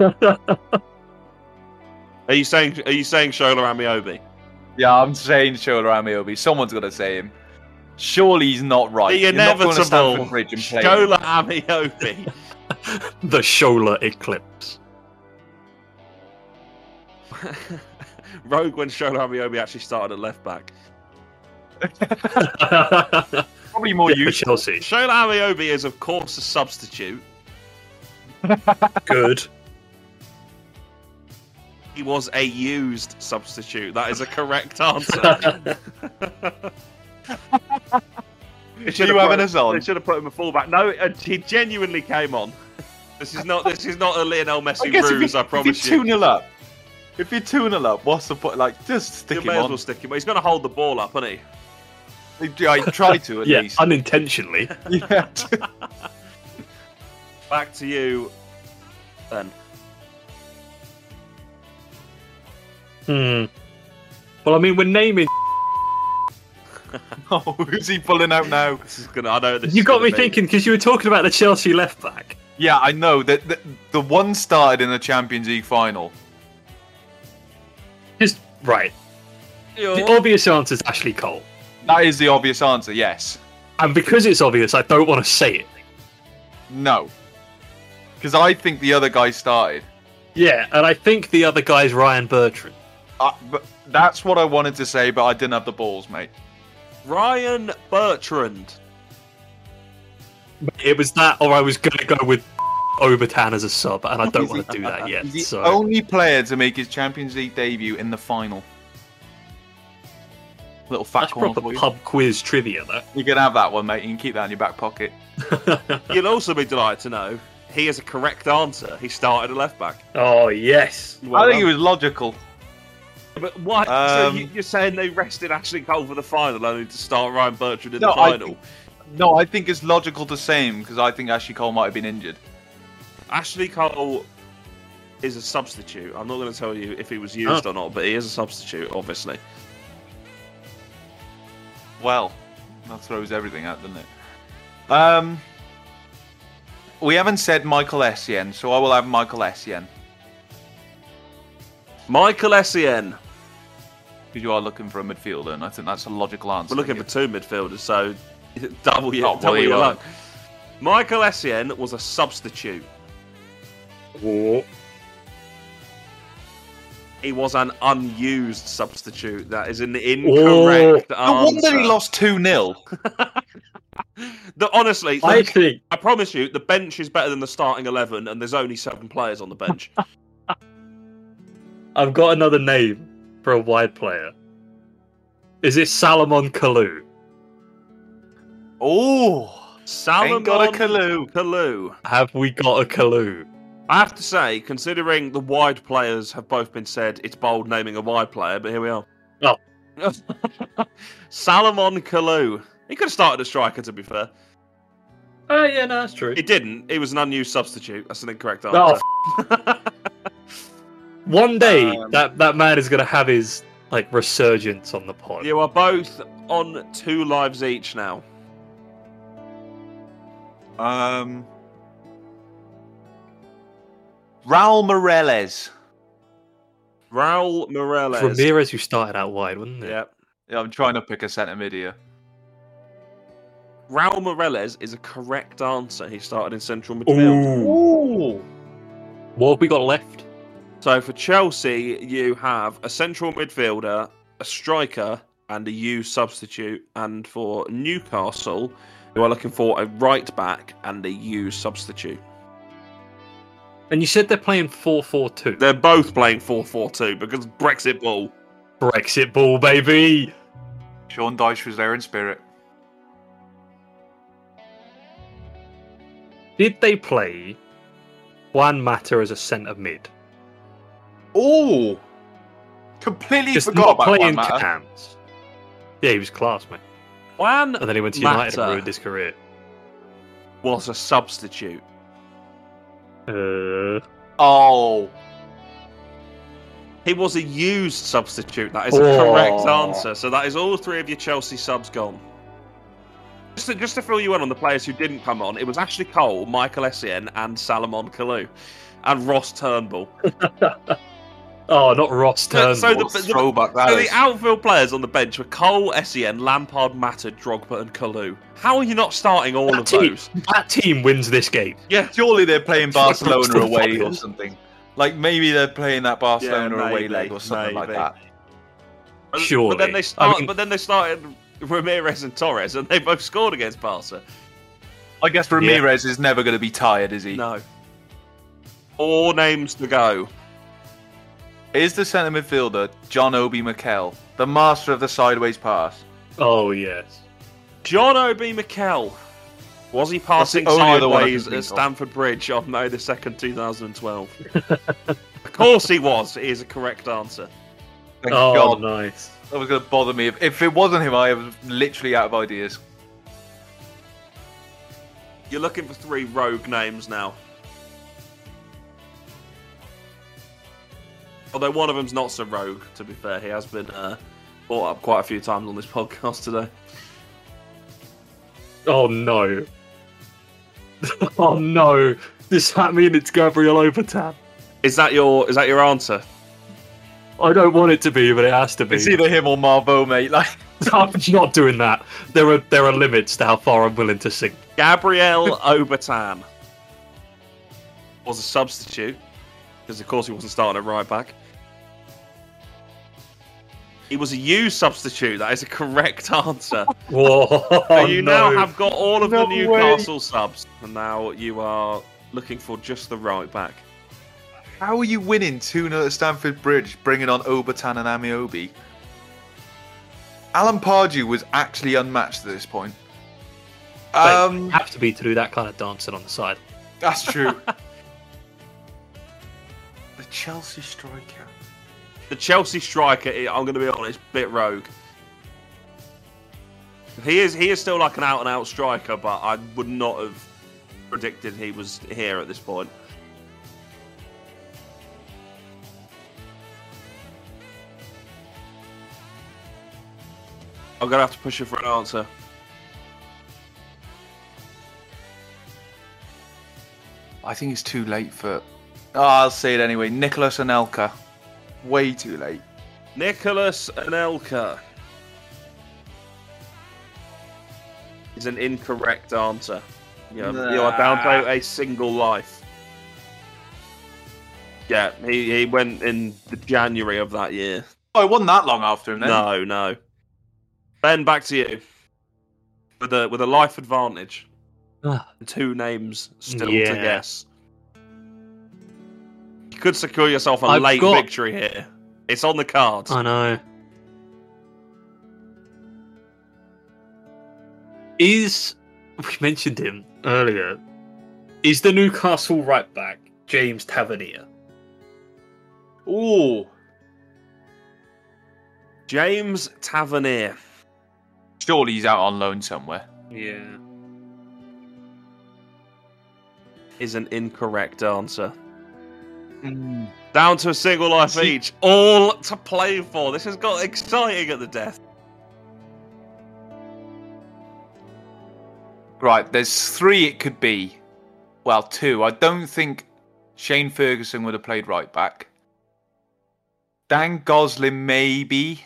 [SPEAKER 4] Are you saying? Are you saying Shola Amiobi?
[SPEAKER 5] Yeah, I'm saying Shola Amiobi. Someone's got to say him. Surely he's not right.
[SPEAKER 4] The
[SPEAKER 5] You're not going to Stamford
[SPEAKER 4] inevitable
[SPEAKER 5] Bridge and play him.
[SPEAKER 4] Shola Amiobi.
[SPEAKER 6] The Shola Eclipse.
[SPEAKER 4] Rogue when Shola Amiobi actually started at left back.
[SPEAKER 6] That's
[SPEAKER 5] Probably more
[SPEAKER 6] for
[SPEAKER 5] useful.
[SPEAKER 6] Chelsea.
[SPEAKER 4] Shola Ariobi is, of course, a substitute.
[SPEAKER 6] Good.
[SPEAKER 4] He was a used substitute. That is a correct answer. They should
[SPEAKER 5] You
[SPEAKER 4] have
[SPEAKER 5] having
[SPEAKER 4] put-
[SPEAKER 5] us on?
[SPEAKER 4] They should have put him a fullback. No, and he genuinely came on. This is not. This is not a Lionel Messi ruse. I promise
[SPEAKER 5] if you
[SPEAKER 4] you.
[SPEAKER 5] two nil up, if you two nil up, what's the point? Like, just stick
[SPEAKER 4] You
[SPEAKER 5] him
[SPEAKER 4] may as
[SPEAKER 5] on.
[SPEAKER 4] well stick him. He's going to hold the ball up, isn't he?
[SPEAKER 5] I try to at
[SPEAKER 6] yeah,
[SPEAKER 5] least.
[SPEAKER 6] unintentionally.
[SPEAKER 5] yeah.
[SPEAKER 4] Back to you, then.
[SPEAKER 6] Hmm. Well, I mean, we're naming.
[SPEAKER 5] oh, who's he pulling out now?
[SPEAKER 4] This is going. to I know this.
[SPEAKER 6] You
[SPEAKER 4] is
[SPEAKER 6] got
[SPEAKER 4] gonna
[SPEAKER 6] me
[SPEAKER 4] be-
[SPEAKER 6] thinking because you were talking about the Chelsea left back.
[SPEAKER 5] Yeah, I know that the, the one started in the Champions League final.
[SPEAKER 6] Just right. The
[SPEAKER 4] You're-
[SPEAKER 6] obvious answer is Ashley Cole,
[SPEAKER 5] That is the obvious answer. Yes.
[SPEAKER 6] and because it's obvious, I don't want to say it.
[SPEAKER 5] No. Because I think the other guy started.
[SPEAKER 6] Yeah, and I think the other guy's Ryan Bertrand.
[SPEAKER 5] I, but that's what I wanted to say, but I didn't have the balls, mate.
[SPEAKER 4] Ryan Bertrand.
[SPEAKER 6] It was that, or I was gonna go with Obertan as a sub, and I don't
[SPEAKER 5] He's
[SPEAKER 6] want to do that yet.
[SPEAKER 5] He's the
[SPEAKER 6] So
[SPEAKER 5] only player to make his Champions League debut in the final. Little fat
[SPEAKER 6] that's
[SPEAKER 5] corner
[SPEAKER 6] proper
[SPEAKER 5] for you.
[SPEAKER 6] pub quiz trivia, though.
[SPEAKER 5] You can have that one, mate. You can keep that in your back pocket.
[SPEAKER 4] You'll also be delighted to know he is a correct answer. He started a left back.
[SPEAKER 6] Oh yes.
[SPEAKER 4] Well
[SPEAKER 5] I think
[SPEAKER 4] done.
[SPEAKER 5] it was logical.
[SPEAKER 4] But why?
[SPEAKER 5] Um,
[SPEAKER 4] so you, you're saying they rested Ashley Cole for the final, only to start Ryan Bertrand in
[SPEAKER 5] No,
[SPEAKER 4] the
[SPEAKER 5] I
[SPEAKER 4] final.
[SPEAKER 5] No, I think it's logical to say him because I think Ashley Cole might have been injured.
[SPEAKER 4] Ashley Cole is a substitute. I'm not going to tell you if he was used or not, but he is a substitute, obviously.
[SPEAKER 5] Well, that throws everything out, doesn't it? Um, we haven't said Michael Essien, so I will have Michael Essien
[SPEAKER 4] Michael Essien.
[SPEAKER 5] because you are looking for a midfielder, and I think that's a logical answer.
[SPEAKER 4] We're looking for two midfielders, so double your,
[SPEAKER 5] Oh, well,
[SPEAKER 4] double
[SPEAKER 5] you
[SPEAKER 4] your
[SPEAKER 5] are.
[SPEAKER 4] luck. Michael Essien was a substitute. He was an unused substitute. That is an incorrect answer.
[SPEAKER 5] No wonder he lost two 0
[SPEAKER 4] The- honestly,
[SPEAKER 6] I
[SPEAKER 4] the-
[SPEAKER 6] think
[SPEAKER 4] I promise you, the bench is better than the starting eleven, and there's only seven players on the bench.
[SPEAKER 6] I've got another name for a wide player. Is it Salomon Kalou?
[SPEAKER 5] Oh,
[SPEAKER 4] Salomon
[SPEAKER 5] ain't got a Kalou.
[SPEAKER 4] Kalou.
[SPEAKER 6] Have we got a Kalou?
[SPEAKER 4] I have to say, considering the wide players have both been said, it's bold naming a wide player, but here we are.
[SPEAKER 6] Oh.
[SPEAKER 4] Salomon Kalou. He could have started a striker, to be fair.
[SPEAKER 6] Oh yeah, no, that's true.
[SPEAKER 4] He didn't. He was an unused substitute. That's an incorrect answer.
[SPEAKER 6] Oh, One day that that man is gonna have his like resurgence on the pod.
[SPEAKER 4] you are both on two lives each now.
[SPEAKER 5] Um, Raul Morales.
[SPEAKER 4] Raul
[SPEAKER 6] It's
[SPEAKER 4] Morales.
[SPEAKER 6] Ramirez who started out wide, wasn't it?
[SPEAKER 4] Yep.
[SPEAKER 5] Yeah, I'm trying to pick a centre mid here.
[SPEAKER 4] Raul Morales is a correct answer. He started in central midfield.
[SPEAKER 6] Ooh.
[SPEAKER 5] Ooh.
[SPEAKER 6] What have we got left?
[SPEAKER 4] So for Chelsea, you have a central midfielder, a striker, and a U substitute. And for Newcastle, you are looking for a right back and a U substitute.
[SPEAKER 6] And you said they're playing 4-4-2.
[SPEAKER 4] They're both playing 4 4 2 because Brexit ball.
[SPEAKER 6] Brexit ball, baby.
[SPEAKER 5] Sean Dyche was there in spirit.
[SPEAKER 6] Did they play Juan Mata as a centre mid?
[SPEAKER 5] Oh, completely
[SPEAKER 6] Just
[SPEAKER 5] forgot
[SPEAKER 6] not
[SPEAKER 5] about Juan
[SPEAKER 6] playing
[SPEAKER 5] Mata.
[SPEAKER 6] cams. Yeah, he was class, mate.
[SPEAKER 4] Juan
[SPEAKER 6] And then he went to United and
[SPEAKER 4] Mata
[SPEAKER 6] ruined his career.
[SPEAKER 4] was a substitute.
[SPEAKER 6] Uh,
[SPEAKER 5] Oh,
[SPEAKER 4] He was a used substitute. That is a
[SPEAKER 6] Oh.
[SPEAKER 4] correct answer. So that is all three of your Chelsea subs gone. Just to, just to fill you in on the players who didn't come on, it was Ashley Cole, Michael Essien, and Salomon Kalou, and Ross Turnbull.
[SPEAKER 6] oh, not Ross
[SPEAKER 4] No,
[SPEAKER 6] Turnbull.
[SPEAKER 4] so
[SPEAKER 5] what
[SPEAKER 4] the-
[SPEAKER 5] a throwback that
[SPEAKER 4] so
[SPEAKER 5] is.
[SPEAKER 4] the outfield players on the bench were Cole, Essien, Lampard, Matter, Drogba, and Kalou. How are you not starting all of
[SPEAKER 6] That team,
[SPEAKER 4] those?
[SPEAKER 6] that team wins this game.
[SPEAKER 4] Yeah.
[SPEAKER 5] Surely they're playing Barcelona
[SPEAKER 6] Still
[SPEAKER 5] away
[SPEAKER 6] final.
[SPEAKER 5] or something. Like maybe they're playing that Barcelona
[SPEAKER 4] Yeah,
[SPEAKER 5] away
[SPEAKER 4] maybe,
[SPEAKER 5] leg or something like
[SPEAKER 4] maybe.
[SPEAKER 5] that.
[SPEAKER 4] But- But
[SPEAKER 6] Surely.
[SPEAKER 4] then they start,
[SPEAKER 6] I mean-
[SPEAKER 4] but then they started Ramirez and Torres, and they both scored against Barca.
[SPEAKER 5] I guess Ramirez is never going to be tired, is he?
[SPEAKER 4] No. Four names to go.
[SPEAKER 5] Is the centre midfielder John Obi Mikel, the master of the sideways pass?
[SPEAKER 6] Oh yes.
[SPEAKER 4] John Obi Mikel. Was he passing
[SPEAKER 5] only other one I can
[SPEAKER 4] sideways
[SPEAKER 5] think
[SPEAKER 4] at
[SPEAKER 5] of.
[SPEAKER 4] Stamford Bridge on May the 2nd, 2012? of course he was. It is a correct answer.
[SPEAKER 5] Thank
[SPEAKER 6] Oh,
[SPEAKER 5] God.
[SPEAKER 6] nice.
[SPEAKER 5] That was going to bother me. If, if it wasn't him, I was literally out of ideas.
[SPEAKER 4] You're looking for three rogue names now. Although one of them's not so rogue, to be fair. He has been uh, brought up quite a few times on this podcast today.
[SPEAKER 6] Oh no. oh no. Does that mean it's Gabriel Obertan?
[SPEAKER 4] Is that your is that your answer?
[SPEAKER 6] I don't want it to be, but it has to be.
[SPEAKER 5] It's either him or Marvo, mate. Like,
[SPEAKER 6] I'm not doing that. There are there are limits to how far I'm willing to sink.
[SPEAKER 4] Gabriel Obertan was a substitute because, of course, he wasn't starting at right back. He was a U substitute. That is a correct answer.
[SPEAKER 6] Whoa.
[SPEAKER 4] so you
[SPEAKER 6] no.
[SPEAKER 4] now have got all of
[SPEAKER 5] Oh, No
[SPEAKER 4] the
[SPEAKER 5] way.
[SPEAKER 4] Newcastle subs, and now you are looking for just the right back.
[SPEAKER 5] how are you winning 2 0 at Stamford Bridge, bringing on Obertan and Amiobi? Alan Pardew was actually unmatched at this point.
[SPEAKER 6] um,
[SPEAKER 5] Um,
[SPEAKER 6] have to be to do that kind of dancing on the side.
[SPEAKER 5] that's true. the Chelsea striker.
[SPEAKER 4] The Chelsea striker, i- I'm going to be honest, bit rogue. He is he is still like an out and out striker, but I would not have predicted he was here at this point. I'm gonna have to push you for an answer.
[SPEAKER 5] I think it's too late for. Oh, I'll say it anyway. Nicholas Anelka. Way too late.
[SPEAKER 4] Nicholas Anelka is an incorrect answer. You are, you are down to a single life. Yeah, he, he went in the January of that year.
[SPEAKER 5] Oh, it wasn't that long after him then.
[SPEAKER 4] No, no. Ben, back to you with a with a life advantage.
[SPEAKER 6] Ah.
[SPEAKER 4] Two names still to
[SPEAKER 6] Yeah.
[SPEAKER 4] guess. You could secure yourself a
[SPEAKER 6] I've
[SPEAKER 4] late
[SPEAKER 6] got-
[SPEAKER 4] victory here. It's on the cards.
[SPEAKER 6] I know. Is we mentioned him earlier? Is the Newcastle right back James Tavernier?
[SPEAKER 5] Ooh.
[SPEAKER 4] James Tavernier.
[SPEAKER 5] Surely he's out on loan somewhere.
[SPEAKER 6] Yeah.
[SPEAKER 4] is an incorrect answer.
[SPEAKER 6] Mm.
[SPEAKER 4] Down to a single life each. All to play for. This has got exciting at the death.
[SPEAKER 5] Right, there's three it could be. Well, two. I don't think Shane Ferguson would have played right back. Dan Goslin, maybe.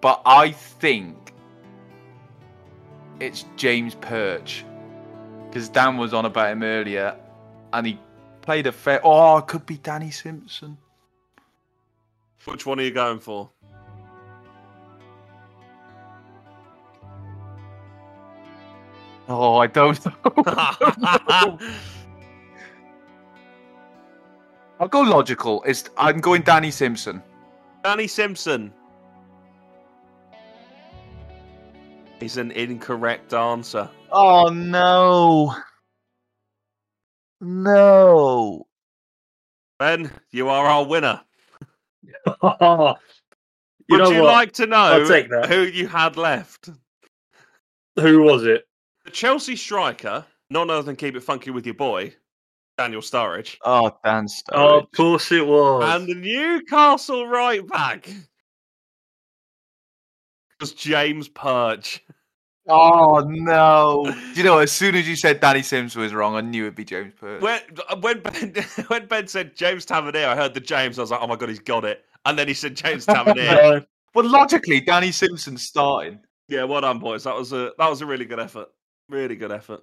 [SPEAKER 5] But I think it's James Perch. Because Dan was on about him earlier and he played a fair. Oh, it could be Danny Simpson.
[SPEAKER 4] Which one are you going for?
[SPEAKER 5] Oh, I don't know. I'll go logical. It's, I'm going Danny Simpson.
[SPEAKER 4] Danny Simpson. Is an incorrect answer.
[SPEAKER 5] Oh no. No.
[SPEAKER 4] Ben, you are our winner.
[SPEAKER 6] you know
[SPEAKER 4] Would you
[SPEAKER 6] what?
[SPEAKER 4] like to know
[SPEAKER 6] I'll take that.
[SPEAKER 4] who you had left?
[SPEAKER 6] Who was it?
[SPEAKER 4] The Chelsea striker, none other than keep it funky with your boy, Daniel Sturridge.
[SPEAKER 5] Oh, Dan
[SPEAKER 6] Oh,
[SPEAKER 5] Sturridge.
[SPEAKER 6] of course it was.
[SPEAKER 4] And the Newcastle right back was James Perch.
[SPEAKER 5] Oh, no. Do you know, as soon as you said Danny Simpson was wrong, I knew it'd be James Perth.
[SPEAKER 4] When when Ben, when ben said James Tavernier, I heard the James. I was like, oh my god, he's got it. And then he said James Tavernier.
[SPEAKER 6] No.
[SPEAKER 5] Well, logically, Danny Simpson starting.
[SPEAKER 4] yeah, well done, boys. That was a that was a really good effort. Really good effort.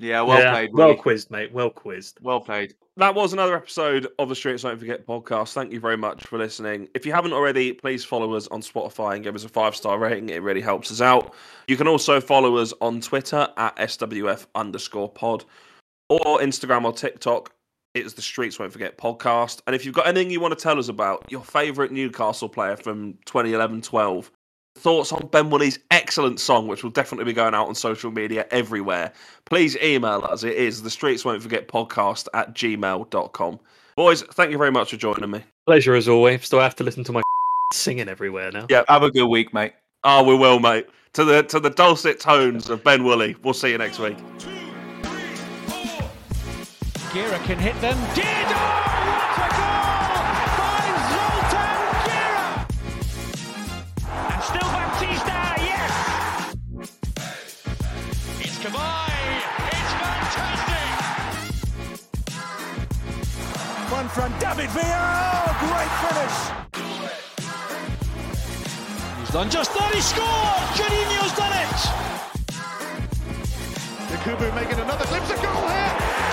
[SPEAKER 5] Yeah, well
[SPEAKER 6] Yeah,
[SPEAKER 5] played.
[SPEAKER 6] Well
[SPEAKER 5] Well,
[SPEAKER 6] quizzed, mate. Well quizzed.
[SPEAKER 5] well played.
[SPEAKER 4] that was another episode of the Streets Don't Forget podcast. Thank you very much for listening. If you haven't already, please follow us on Spotify and give us a five star rating. It really helps us out. You can also follow us on Twitter at SWF underscore pod or Instagram or TikTok. It's the Streets Won't Forget podcast. And if you've got anything you want to tell us about, your favourite Newcastle player from 2011 12, thoughts on Ben Woolley's excellent song, which will definitely be going out on social media everywhere, please email us. It is the streets won't forget podcast at gmail.com. Boys, thank you very much for joining me.
[SPEAKER 6] Pleasure as always. Still have to listen to my singing everywhere now.
[SPEAKER 5] Have a good week, mate.
[SPEAKER 4] Ah, we will, mate. To the to the dulcet tones of Ben Woolley. We'll see you next week.
[SPEAKER 1] Gira can hit them. Didor, what a goal by Zoltan Gira! And still Baptista, yes! It's Kavai! It's fantastic!
[SPEAKER 2] One from David Villa. Oh, great finish.
[SPEAKER 1] He's done just that, he scored! Juninho's done it!
[SPEAKER 3] Yakubu making another glimpse of goal here.